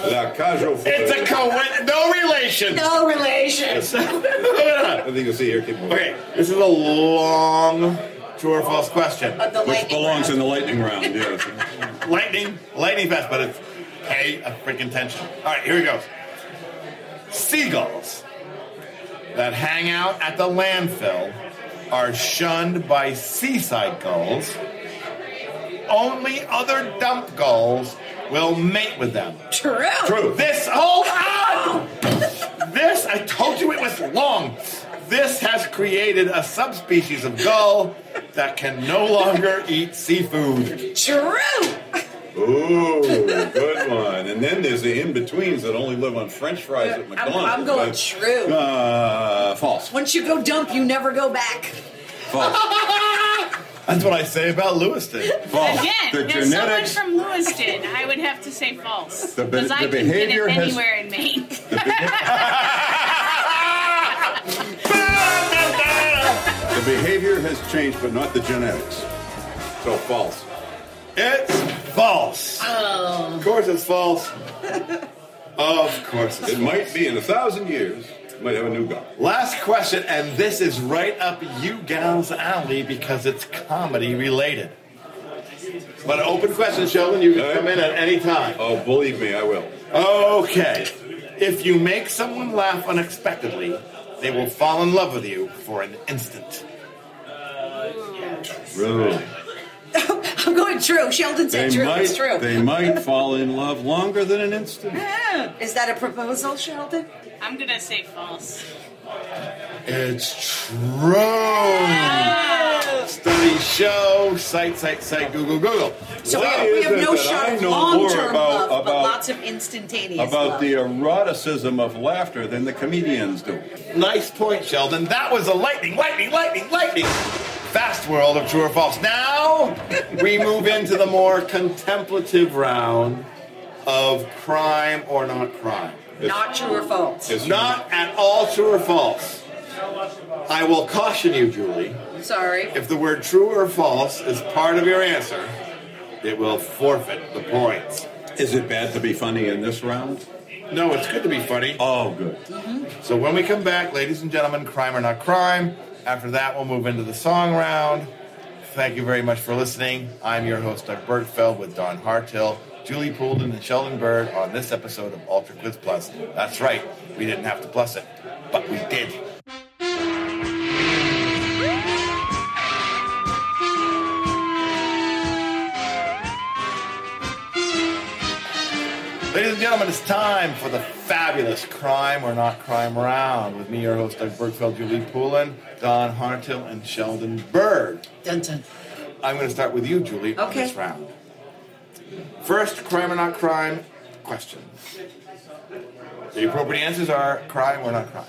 Speaker 3: La Cajo.
Speaker 1: it's a co no relation.
Speaker 4: No relation.
Speaker 3: I think you'll see here. Keep moving.
Speaker 1: Okay, this is a long true or false question.
Speaker 4: Of the
Speaker 3: Which
Speaker 4: lightning
Speaker 3: belongs
Speaker 4: round.
Speaker 3: in the lightning round. Yes.
Speaker 1: Lightning, lightning fast, but it's pay a freaking attention. All right, here we go. Seagulls that hang out at the landfill are shunned by seaside gulls. Only other dump gulls will mate with them.
Speaker 4: True.
Speaker 1: This, hold on! this, I told you it was long. This has created a subspecies of gull that can no longer eat seafood.
Speaker 4: True.
Speaker 3: Ooh, good one. And then there's the in-betweens that only live on French fries at
Speaker 4: I'm-
Speaker 3: McDonald's.
Speaker 4: I'm going true.
Speaker 3: Uh, false.
Speaker 4: Once you go dump, you never go back.
Speaker 3: False.
Speaker 1: That's what I say about Lewiston.
Speaker 3: False.
Speaker 2: Again,
Speaker 3: the
Speaker 2: if
Speaker 3: genetics,
Speaker 2: someone from Lewiston, I would have to say false.
Speaker 3: The be-
Speaker 2: Because I
Speaker 3: the
Speaker 2: can get
Speaker 3: behavior
Speaker 2: it
Speaker 3: has-
Speaker 2: anywhere in Maine.
Speaker 3: the beha- the behavior has changed, but not the genetics. So false.
Speaker 1: It's false. Of course it's false. Of course it's
Speaker 3: It might be in a thousand years. Might have a new guy.
Speaker 1: Last question, and this is right up you gals' alley because it's comedy related. But an open question, Sheldon, you can come in at any time.
Speaker 3: Oh, believe me, I will.
Speaker 1: Okay. If you make someone laugh unexpectedly, they will fall in love with you for an instant.
Speaker 3: Really?
Speaker 4: I'm going true. Sheldon said
Speaker 3: They
Speaker 4: true.
Speaker 3: might.
Speaker 4: it's true.
Speaker 3: They might fall in love longer than an instant.
Speaker 4: Yeah. Is that a proposal, Sheldon?
Speaker 2: I'm going to say false.
Speaker 1: It's true. Studies show, site, site, site, Google, Google.
Speaker 4: So we
Speaker 3: Why
Speaker 4: have, we
Speaker 3: is
Speaker 4: have
Speaker 3: it
Speaker 4: no
Speaker 3: that
Speaker 4: shot
Speaker 3: I
Speaker 4: of
Speaker 3: know
Speaker 4: long
Speaker 3: more
Speaker 4: term love,
Speaker 3: about-
Speaker 4: but
Speaker 3: about-
Speaker 4: lots of instantaneous
Speaker 3: About
Speaker 4: love?
Speaker 3: the eroticism of laughter than the comedians do.
Speaker 1: Nice point, Sheldon. That was a lightning, lightning, lightning, lightning. Fast world of true or false. Now we move into the more contemplative round of crime or not crime.
Speaker 4: Not true or false.
Speaker 3: It's
Speaker 1: Not at all true or false. I will caution you, Julie.
Speaker 4: Sorry.
Speaker 1: If the word true or false is part of your answer, it will forfeit the points.
Speaker 3: Is it bad to be funny in this round?
Speaker 1: No, it's good to be funny.
Speaker 3: Oh, good.
Speaker 1: So when we come back, ladies and gentlemen, crime or not crime. After that, we'll move into the song round. Thank you very much for listening. I'm your host, Doug Bergfeld, with Don Hartill, Julie Poulden, and Sheldon Bird on this episode of Ultra Quiz Plus. That's right, we didn't have to plus it, but we did. Ladies and gentlemen, it's time for the fabulous crime or not crime round with me, your host, Doug Bergfeld, Julie Poulin, Don Hartill, and Sheldon Bird.
Speaker 4: Dun, dun.
Speaker 1: I'm going to start with you, Julie, on
Speaker 4: Okay.
Speaker 1: this round. First, crime or not crime question. The appropriate answers are crime or not crime.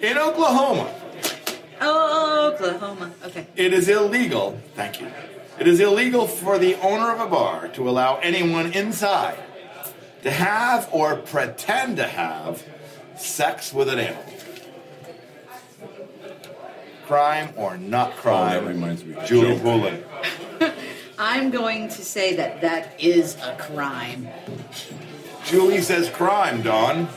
Speaker 1: In Oklahoma,
Speaker 4: Oh, Oklahoma. Okay.
Speaker 1: it is illegal. Thank you. It is illegal for the owner of a bar to allow anyone inside to have or pretend to have sex with an animal. Crime or not crime?
Speaker 3: Oh, reminds me of a
Speaker 1: Julie
Speaker 3: joke.
Speaker 1: Poulin.
Speaker 4: I'm going to say that that is a crime.
Speaker 1: Julie says crime, Don.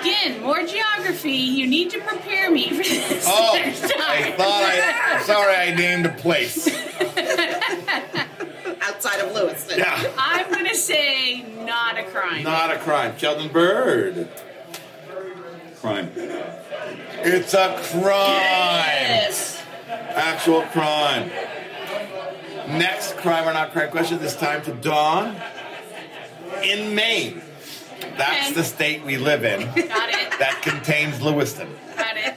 Speaker 2: Again, more geography. You need to prepare me for this.
Speaker 1: Oh, I
Speaker 2: next
Speaker 1: thought
Speaker 2: time.
Speaker 1: I. I'm Sorry, I named a place.
Speaker 4: Outside of Lewiston.
Speaker 1: Yeah,
Speaker 2: I'm going to say not a crime.
Speaker 1: not a crime. Sheldon Bird.
Speaker 3: Crime.
Speaker 1: It's a crime.
Speaker 4: Yes.
Speaker 1: Actual crime. Next crime or not crime question. This time to Dawn. In Maine, that's
Speaker 2: Okay.
Speaker 1: the state we live in
Speaker 2: Got it.
Speaker 1: that contains Lewiston.
Speaker 2: Got it.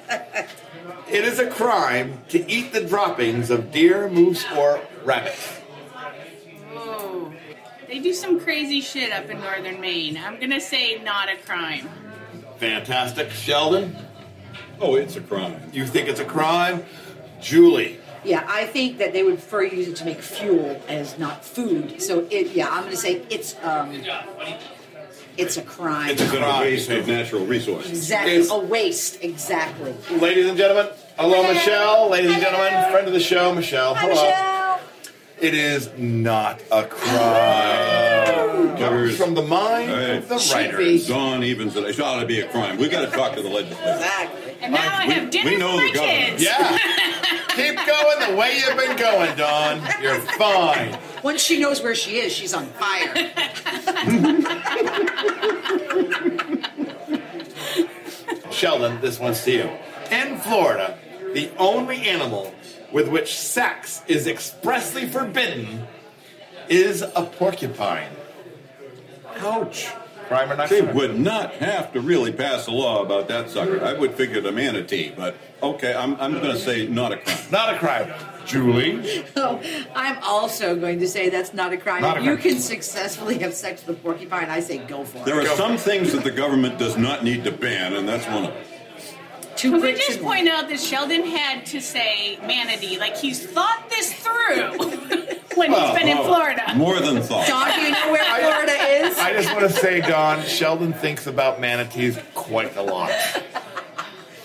Speaker 1: It is a crime to eat the droppings of deer, moose, or rabbit.
Speaker 2: Whoa. They do some crazy shit up in northern Maine. I'm going to say not a crime.
Speaker 1: Fantastic, Sheldon.
Speaker 3: Oh, it's a crime.
Speaker 1: You think it's a crime, Julie?
Speaker 4: Yeah, I think that they would prefer use it to make fuel as not food. So it, yeah, I'm going to say it's um, it's a crime.
Speaker 1: It's a
Speaker 3: It's a
Speaker 1: Crime.
Speaker 3: waste of natural resources.
Speaker 4: exactly
Speaker 1: it's-
Speaker 4: a waste. Exactly.
Speaker 1: Ladies and gentlemen, hello,
Speaker 4: Hello.
Speaker 1: Michelle. Ladies and
Speaker 4: Hello.
Speaker 1: gentlemen, friend of the show, Michelle.
Speaker 4: Hi,
Speaker 1: hello.
Speaker 4: Michelle.
Speaker 1: It is not a crime. Comes from the mind
Speaker 3: Hey.
Speaker 1: of the
Speaker 4: Should
Speaker 1: writer.
Speaker 4: be.
Speaker 3: Dawn even said it ought to be a crime. We got to talk to the legislature.
Speaker 4: Exactly.
Speaker 2: And now I
Speaker 3: we-
Speaker 2: have dinner
Speaker 3: we know
Speaker 2: for my
Speaker 3: the government.
Speaker 2: kids.
Speaker 1: Yeah. Keep going the way you've been going, Don. You're fine.
Speaker 4: Once she knows where she is, she's on fire.
Speaker 1: Sheldon, this one's to you. In Florida, the only animal with which sex is expressly forbidden is a porcupine.
Speaker 3: Ouch.
Speaker 1: Crime or not
Speaker 3: They
Speaker 1: crime?
Speaker 3: would not have to really pass a law about that sucker. I would figure it a manatee, but okay, I'm, I'm going to say not a crime.
Speaker 1: Not a crime. Julie.
Speaker 4: So I'm also going to say that's not a crime.
Speaker 1: Not a
Speaker 4: if you
Speaker 1: crime.
Speaker 4: can successfully have sex with a porcupine, I say go for
Speaker 3: There
Speaker 4: it.
Speaker 3: are some things that the government does not need to ban, and that's one of them.
Speaker 4: Two
Speaker 2: Can we
Speaker 4: bricks
Speaker 2: just
Speaker 4: in one.
Speaker 2: point out that Sheldon had to say manatee? Like he's thought this through when he's been in
Speaker 3: Oh,
Speaker 2: Florida.
Speaker 3: More than thought.
Speaker 4: Don, do you know where Florida is?
Speaker 1: I just want to say, Don, Sheldon thinks about manatees quite a lot.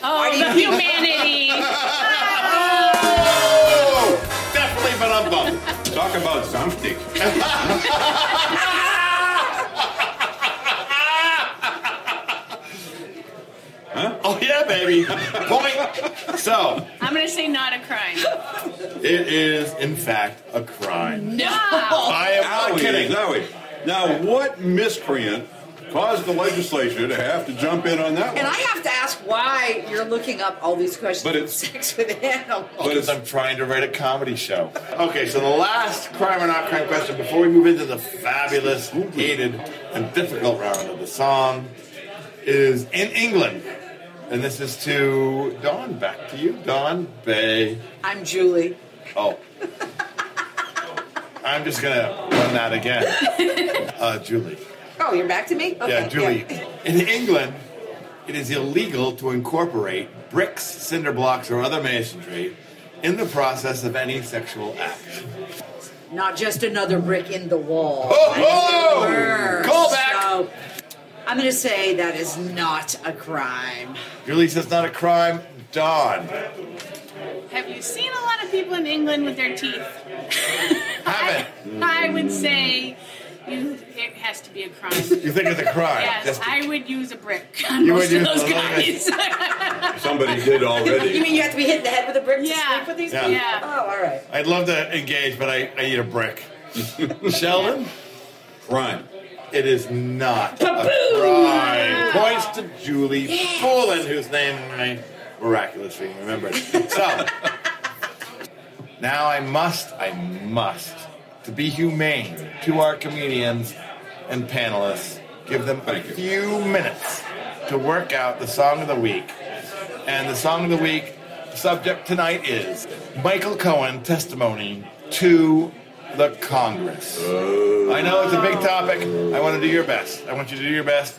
Speaker 2: Oh, the humanity.
Speaker 1: Oh, definitely been on bump.
Speaker 3: Talk about something.
Speaker 1: Oh yeah, baby. Point. So
Speaker 2: I'm gonna say not a crime.
Speaker 1: it is in fact a crime.
Speaker 2: No.
Speaker 1: I am
Speaker 3: Owie,
Speaker 1: not kidding.
Speaker 3: owie. Now, what miscreant caused the legislature to have to jump in on that
Speaker 4: And I
Speaker 3: one?
Speaker 4: have to ask why you're looking up all these questions
Speaker 3: But
Speaker 4: but
Speaker 3: it's-
Speaker 4: sex with animals.
Speaker 3: But
Speaker 1: because I'm trying to write a comedy show. Okay, so the last crime or not crime question before we move into the fabulous, hated, and difficult round of the song is in England. And this is to Don. Back to you, Don Bay.
Speaker 4: I'm Julie.
Speaker 1: Oh. I'm just going to run that again. Uh, Julie.
Speaker 4: Oh, you're back to me? Okay,
Speaker 1: Yeah, Julie. In England, it is illegal to incorporate bricks, cinder blocks, or other masonry in the process of any sexual act.
Speaker 4: Not just another brick in the wall.
Speaker 1: Oh,
Speaker 4: That is the
Speaker 1: oh!
Speaker 4: worst.
Speaker 1: Callback!
Speaker 4: So, I'm going to say that is not a crime.
Speaker 1: Julie says not a crime. Don.
Speaker 2: Have you seen a lot of people in England with their teeth?
Speaker 1: Haven't.
Speaker 2: I would say you, it has to be a crime.
Speaker 1: You think it's a crime?
Speaker 2: Yes,
Speaker 1: Just-
Speaker 2: I would use a brick on
Speaker 1: You
Speaker 2: most
Speaker 1: would
Speaker 2: of
Speaker 1: use
Speaker 2: those
Speaker 1: a
Speaker 2: guys.
Speaker 1: little
Speaker 3: Somebody did
Speaker 4: You
Speaker 3: already.
Speaker 4: mean you have to be hit in the head with a brick to
Speaker 2: Yeah.
Speaker 4: sleep with these
Speaker 1: Yeah.
Speaker 4: people?
Speaker 2: Yeah.
Speaker 4: Oh, all right.
Speaker 1: I'd love to engage, but I, I eat a brick. Sheldon,
Speaker 3: Crime.
Speaker 1: it is not a crime. Points to Julie Poland, whose name I miraculously remembered. So, now I must, I must, to be humane to our comedians and panelists, give them a
Speaker 3: Thank you.
Speaker 1: few minutes to work out the song of the week. And the song of the week subject tonight is Michael Cohen testimony to the Congress. I know it's a big topic. I want to do your best. I want you to do your best.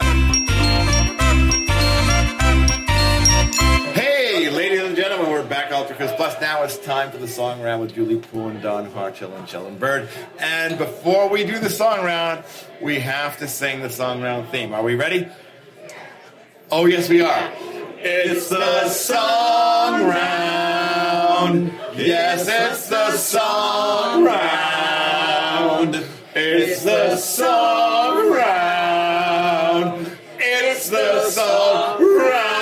Speaker 1: Hey, ladies and gentlemen, we're back, Ultra Chris Plus. Now it's time for the song round with Julie Poon, Don Harchell, and Sheldon Bird. And before we do the song round, we have to sing the song round theme. Are we ready? Oh, yes, we are. It's the song round. Yes, it's the song round. It's the song round. It's the song round.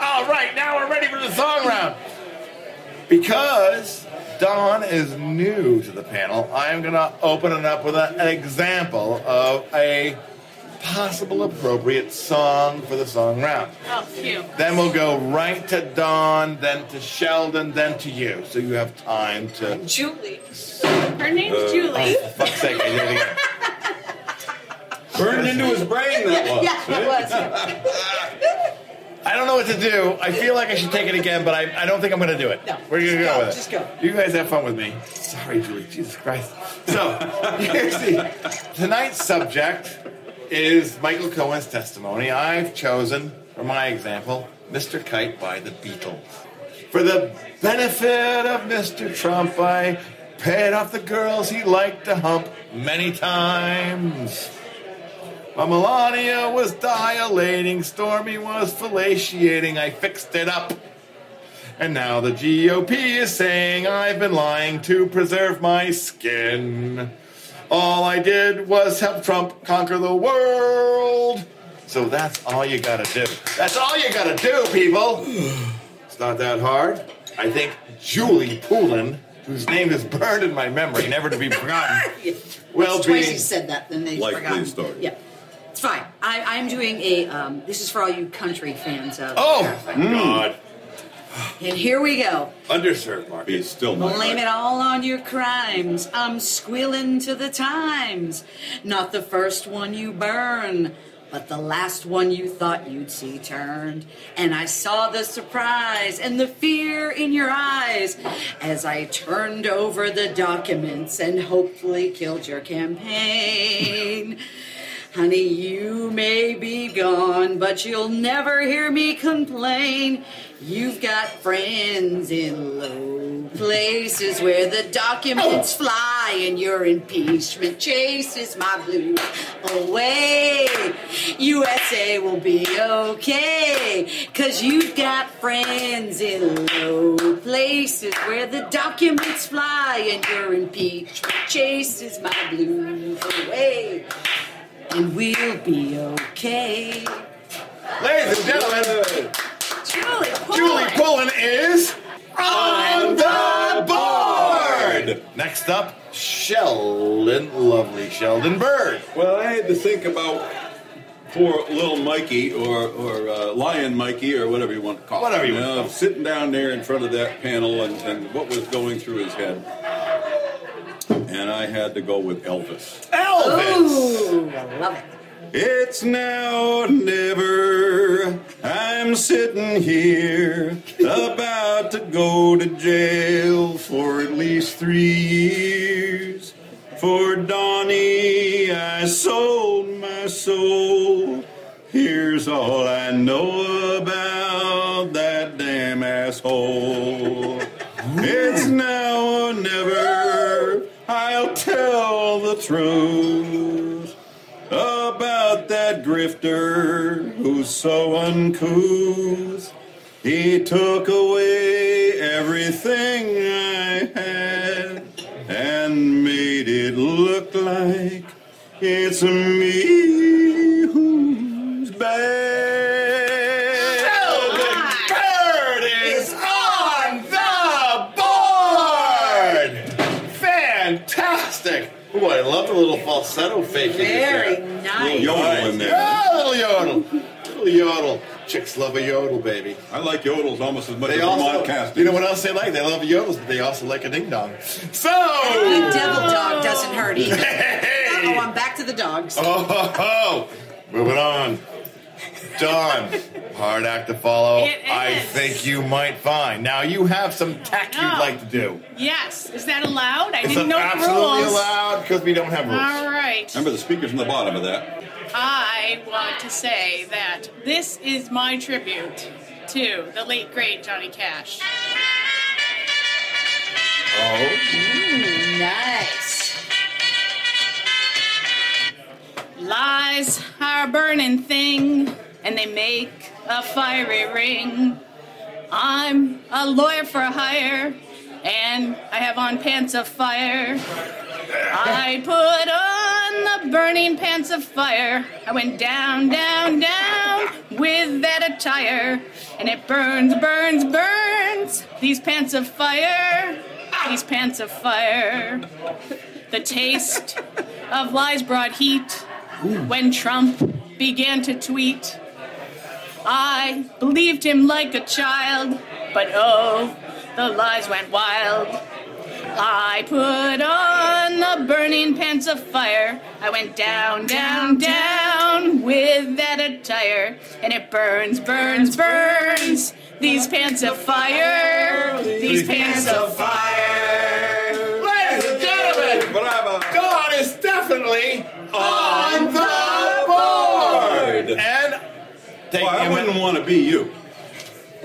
Speaker 1: All right, now we're ready for the song round. Because Don is new to the panel, I am going to open it up with a- an example of a possible appropriate song for the song round.
Speaker 2: Oh, phew.
Speaker 1: Then we'll go right to Don, then to Sheldon, then to you. So you have time to.
Speaker 4: Julie.
Speaker 2: Her name's Julie.
Speaker 1: For fuck's sake, Uh, I did it again.
Speaker 3: Burned into his brain, that was.
Speaker 4: Yeah, it was.
Speaker 1: I don't know what to do. I feel like I should take it again, but I, I don't think I'm going to do it.
Speaker 4: No,
Speaker 1: We're going to go
Speaker 4: just go,
Speaker 1: with it.
Speaker 4: just go.
Speaker 1: You guys have fun with me. Sorry, Julie. Jesus Christ. So, here's the. Tonight's subject is Michael Cohen's testimony. I've chosen, for my example, Mr. Kite by the Beatles. For the benefit of Mr. Trump, I paid off the girls he liked to hump many times. My Melania was dilating, Stormy was fellatiating, I fixed it up. And now the GOP is saying I've been lying to preserve my skin. All I did was help Trump conquer the world. So that's all you gotta do. That's all you gotta do, people! It's not that hard. I think Julie Poulin, whose name is burned in my memory, never to be forgotten, will
Speaker 4: It's twice
Speaker 1: be-
Speaker 4: he said that, then they
Speaker 3: Likely
Speaker 4: forgot.
Speaker 3: story.
Speaker 4: Yeah. It's fine. I, I'm doing a. Um, this is for all you country fans out
Speaker 1: Oh,
Speaker 4: there.
Speaker 1: God.
Speaker 4: And here we go.
Speaker 1: Underserved market.
Speaker 3: He's still not.
Speaker 4: Blame it all on your crimes. I'm squealing to the times. Not the first one you burn, but the last one you thought you'd see turned. And I saw the surprise and the fear in your eyes as I turned over the documents and hopefully killed your campaign. Honey, you may be gone, but you'll never hear me complain. You've got friends in low places where the documents fly and your impeachment chases my blue away. USA will be okay, cause you've got friends in low places where the documents fly and your impeachment chases my blue away and we'll be okay.
Speaker 1: Ladies and gentlemen,
Speaker 4: Julie, pull
Speaker 1: Julie
Speaker 4: it.
Speaker 1: Pullen is on the board. Next up, Sheldon, lovely Sheldon Bird.
Speaker 3: Well, I had to think about poor little Mikey or or uh, Lion Mikey or whatever you want to call him.
Speaker 1: Whatever you
Speaker 3: know,
Speaker 1: want to call him.
Speaker 3: Sitting down there in front of that panel and, and what was going through his head. And I had to go with Elvis.
Speaker 1: Elvis.
Speaker 4: Ooh, I love it.
Speaker 3: It's now or never. I'm sitting here about to go to jail for at least three years. For Donnie, I sold my soul. Here's all I know about that damn asshole. It's now or never. I'll tell the truth about that grifter who's so uncouth. He took away everything I had and made it look like it's me who's
Speaker 1: Oh,
Speaker 3: bad.
Speaker 1: Sheldon Bird is on the board. Fantastic. Ooh, I love the little falsetto fake. you did
Speaker 4: Very
Speaker 1: there.
Speaker 4: nice.
Speaker 3: Yo- Yodel in there.
Speaker 1: Yeah, a little yodel. Little yodel. Chicks love a yodel, baby.
Speaker 3: I like yodels almost as much
Speaker 1: They
Speaker 3: as
Speaker 1: also,
Speaker 3: Vermont casting.
Speaker 1: you know what else they like? They love yodels, but they also like a ding dong. So,
Speaker 4: The devil dog doesn't hurt either.
Speaker 1: hey,
Speaker 4: Oh, I'm back to the dogs.
Speaker 1: oh, ho, ho. moving on. Dawn, hard act to follow.
Speaker 2: It
Speaker 1: I
Speaker 2: is.
Speaker 1: think you might find. Now you have some tech
Speaker 2: No.
Speaker 1: you'd like to do.
Speaker 2: Yes, is that allowed? I
Speaker 1: It's
Speaker 2: didn't know the
Speaker 1: absolutely
Speaker 2: rules.
Speaker 1: allowed because we don't have rules.
Speaker 2: All right.
Speaker 3: Remember the speakers on the bottom of that.
Speaker 2: I want to say that this is my tribute to the late great Johnny Cash.
Speaker 3: Oh,
Speaker 4: Mm, nice.
Speaker 2: Lies are a burning thing, and they make a fiery ring. I'm a lawyer for hire, and I have on pants of fire. I put on the burning pants of fire. I went down, down, down with that attire, and it burns, burns, burns. These pants of fire, these pants of fire. The taste of lies brought heat when Trump began to tweet. I believed him like a child, but oh, the lies went wild. I put on the burning pants of fire. I went down, down, down with that attire, and it burns, burns, burns. These pants of fire, these pants of
Speaker 1: fire. Ladies and gentlemen,
Speaker 3: bravo!
Speaker 1: Oh. God is definitely on the board. And take
Speaker 3: Well, I
Speaker 1: him
Speaker 3: wouldn't
Speaker 1: in-
Speaker 3: want to be you.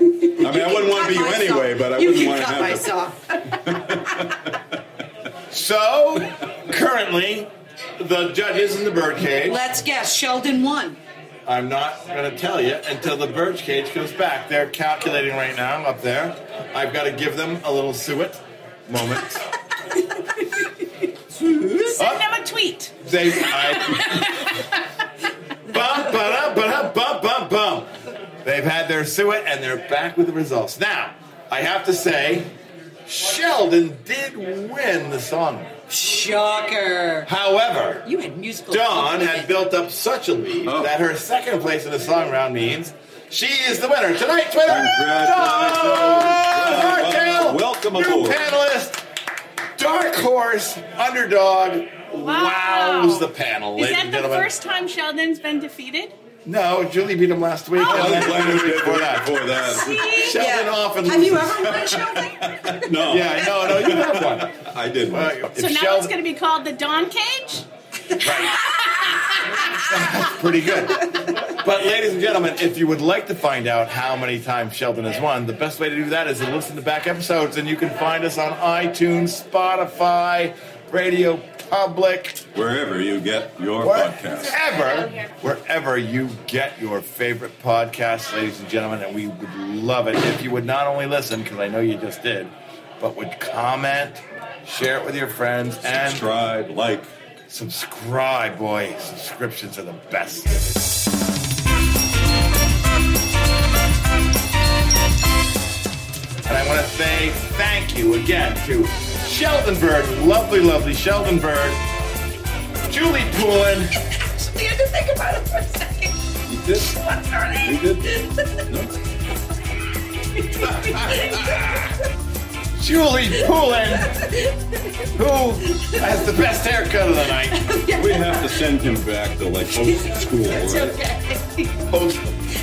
Speaker 3: I mean, I wouldn't want to be you
Speaker 4: Cut
Speaker 3: anyway,
Speaker 4: myself.
Speaker 3: but I
Speaker 4: you
Speaker 3: wouldn't
Speaker 4: can
Speaker 3: want
Speaker 4: cut
Speaker 3: to have to.
Speaker 4: myself.
Speaker 1: So, currently, the judges in the birdcage.
Speaker 4: Let's guess. Sheldon won.
Speaker 1: I'm not going to tell you until the birdcage comes back. They're calculating right now up there. I've got to give them a little suet moment.
Speaker 2: Send them a tweet.
Speaker 1: They, I, bum, ba-da, ba-da, bum, bum, bum. They've had their suet and they're back with the results. Now, I have to say, Sheldon did win the song.
Speaker 4: Shocker.
Speaker 1: However,
Speaker 4: You had musical.
Speaker 1: Dawn
Speaker 4: accompaniment.
Speaker 1: had built up such a lead
Speaker 3: Oh.
Speaker 1: that her second place in the song round means She is the winner. Tonight's winner,
Speaker 3: Congratulations.
Speaker 1: Dawn Hartel,
Speaker 3: Welcome
Speaker 1: new
Speaker 3: aboard.
Speaker 1: panelist, dark horse, underdog,
Speaker 2: Wow.
Speaker 1: wows the panel,
Speaker 2: Is
Speaker 1: ladies
Speaker 2: that
Speaker 1: and
Speaker 2: the
Speaker 1: gentlemen.
Speaker 2: first time Sheldon's been defeated?
Speaker 1: No, Julie beat him last
Speaker 2: Oh.
Speaker 1: week.
Speaker 3: I
Speaker 1: and
Speaker 3: was
Speaker 1: then
Speaker 3: glad
Speaker 1: the
Speaker 3: we
Speaker 1: week
Speaker 3: did
Speaker 1: before
Speaker 3: that
Speaker 1: that.
Speaker 3: before that.
Speaker 4: See?
Speaker 1: Sheldon often
Speaker 4: Have you
Speaker 1: loses.
Speaker 4: ever won, Sheldon?
Speaker 3: No,
Speaker 1: Yeah, no, no, you have one.
Speaker 3: I did.
Speaker 1: Uh,
Speaker 3: one.
Speaker 1: if
Speaker 2: So now it's
Speaker 1: Sheldon-
Speaker 2: going to be called the Dawn Cage?
Speaker 1: pretty good. But, ladies and gentlemen, if you would like to find out how many times Sheldon has won, the best way to do that is to listen to back episodes, and you can find us on iTunes, Spotify, Radio Public,
Speaker 3: Wherever you get your podcast.
Speaker 1: wherever, wherever you get your favorite podcast, ladies and gentlemen, and we would love it if you would not only listen, because I know you just did, but would comment, share it with your friends, and
Speaker 3: Subscribe, like.
Speaker 1: subscribe, boy. Subscriptions are the best. And I want to say thank you again to Sheldon Bird, lovely, lovely Sheldon Bird, Julie Poulin,
Speaker 4: Actually, I had to think about it for a second.
Speaker 3: You did. You did.
Speaker 1: Julie Poulin, who has the best haircut of the night.
Speaker 3: We have to send him back to like post school.
Speaker 4: It's
Speaker 3: right?
Speaker 4: okay.
Speaker 1: Post.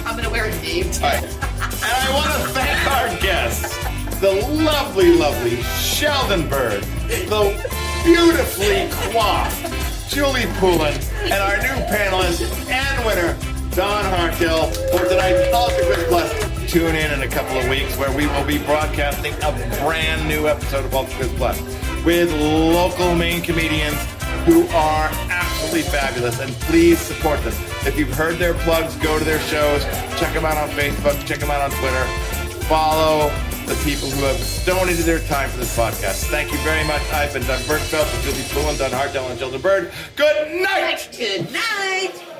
Speaker 4: I'm gonna wear it named.
Speaker 1: All right. And I want to thank our guests, the lovely, lovely Sheldon Bird, the beautifully coiffed Julie Poulin, and our new panelist and winner, Don Harkill, for tonight's Ultra Quiz Plus. Tune in in a couple of weeks where we will be broadcasting a brand new episode of Ultra Quiz Plus with local Maine comedians who are absolutely fabulous, and please support them. If you've heard their plugs, go to their shows, check them out on Facebook, check them out on Twitter, follow the people who have donated their time for this podcast. Thank you very much. I've been Doug Burkfeld, with Julie Poulin, Don Hartnell, and Sheldon Bird. Good night!
Speaker 4: Good night.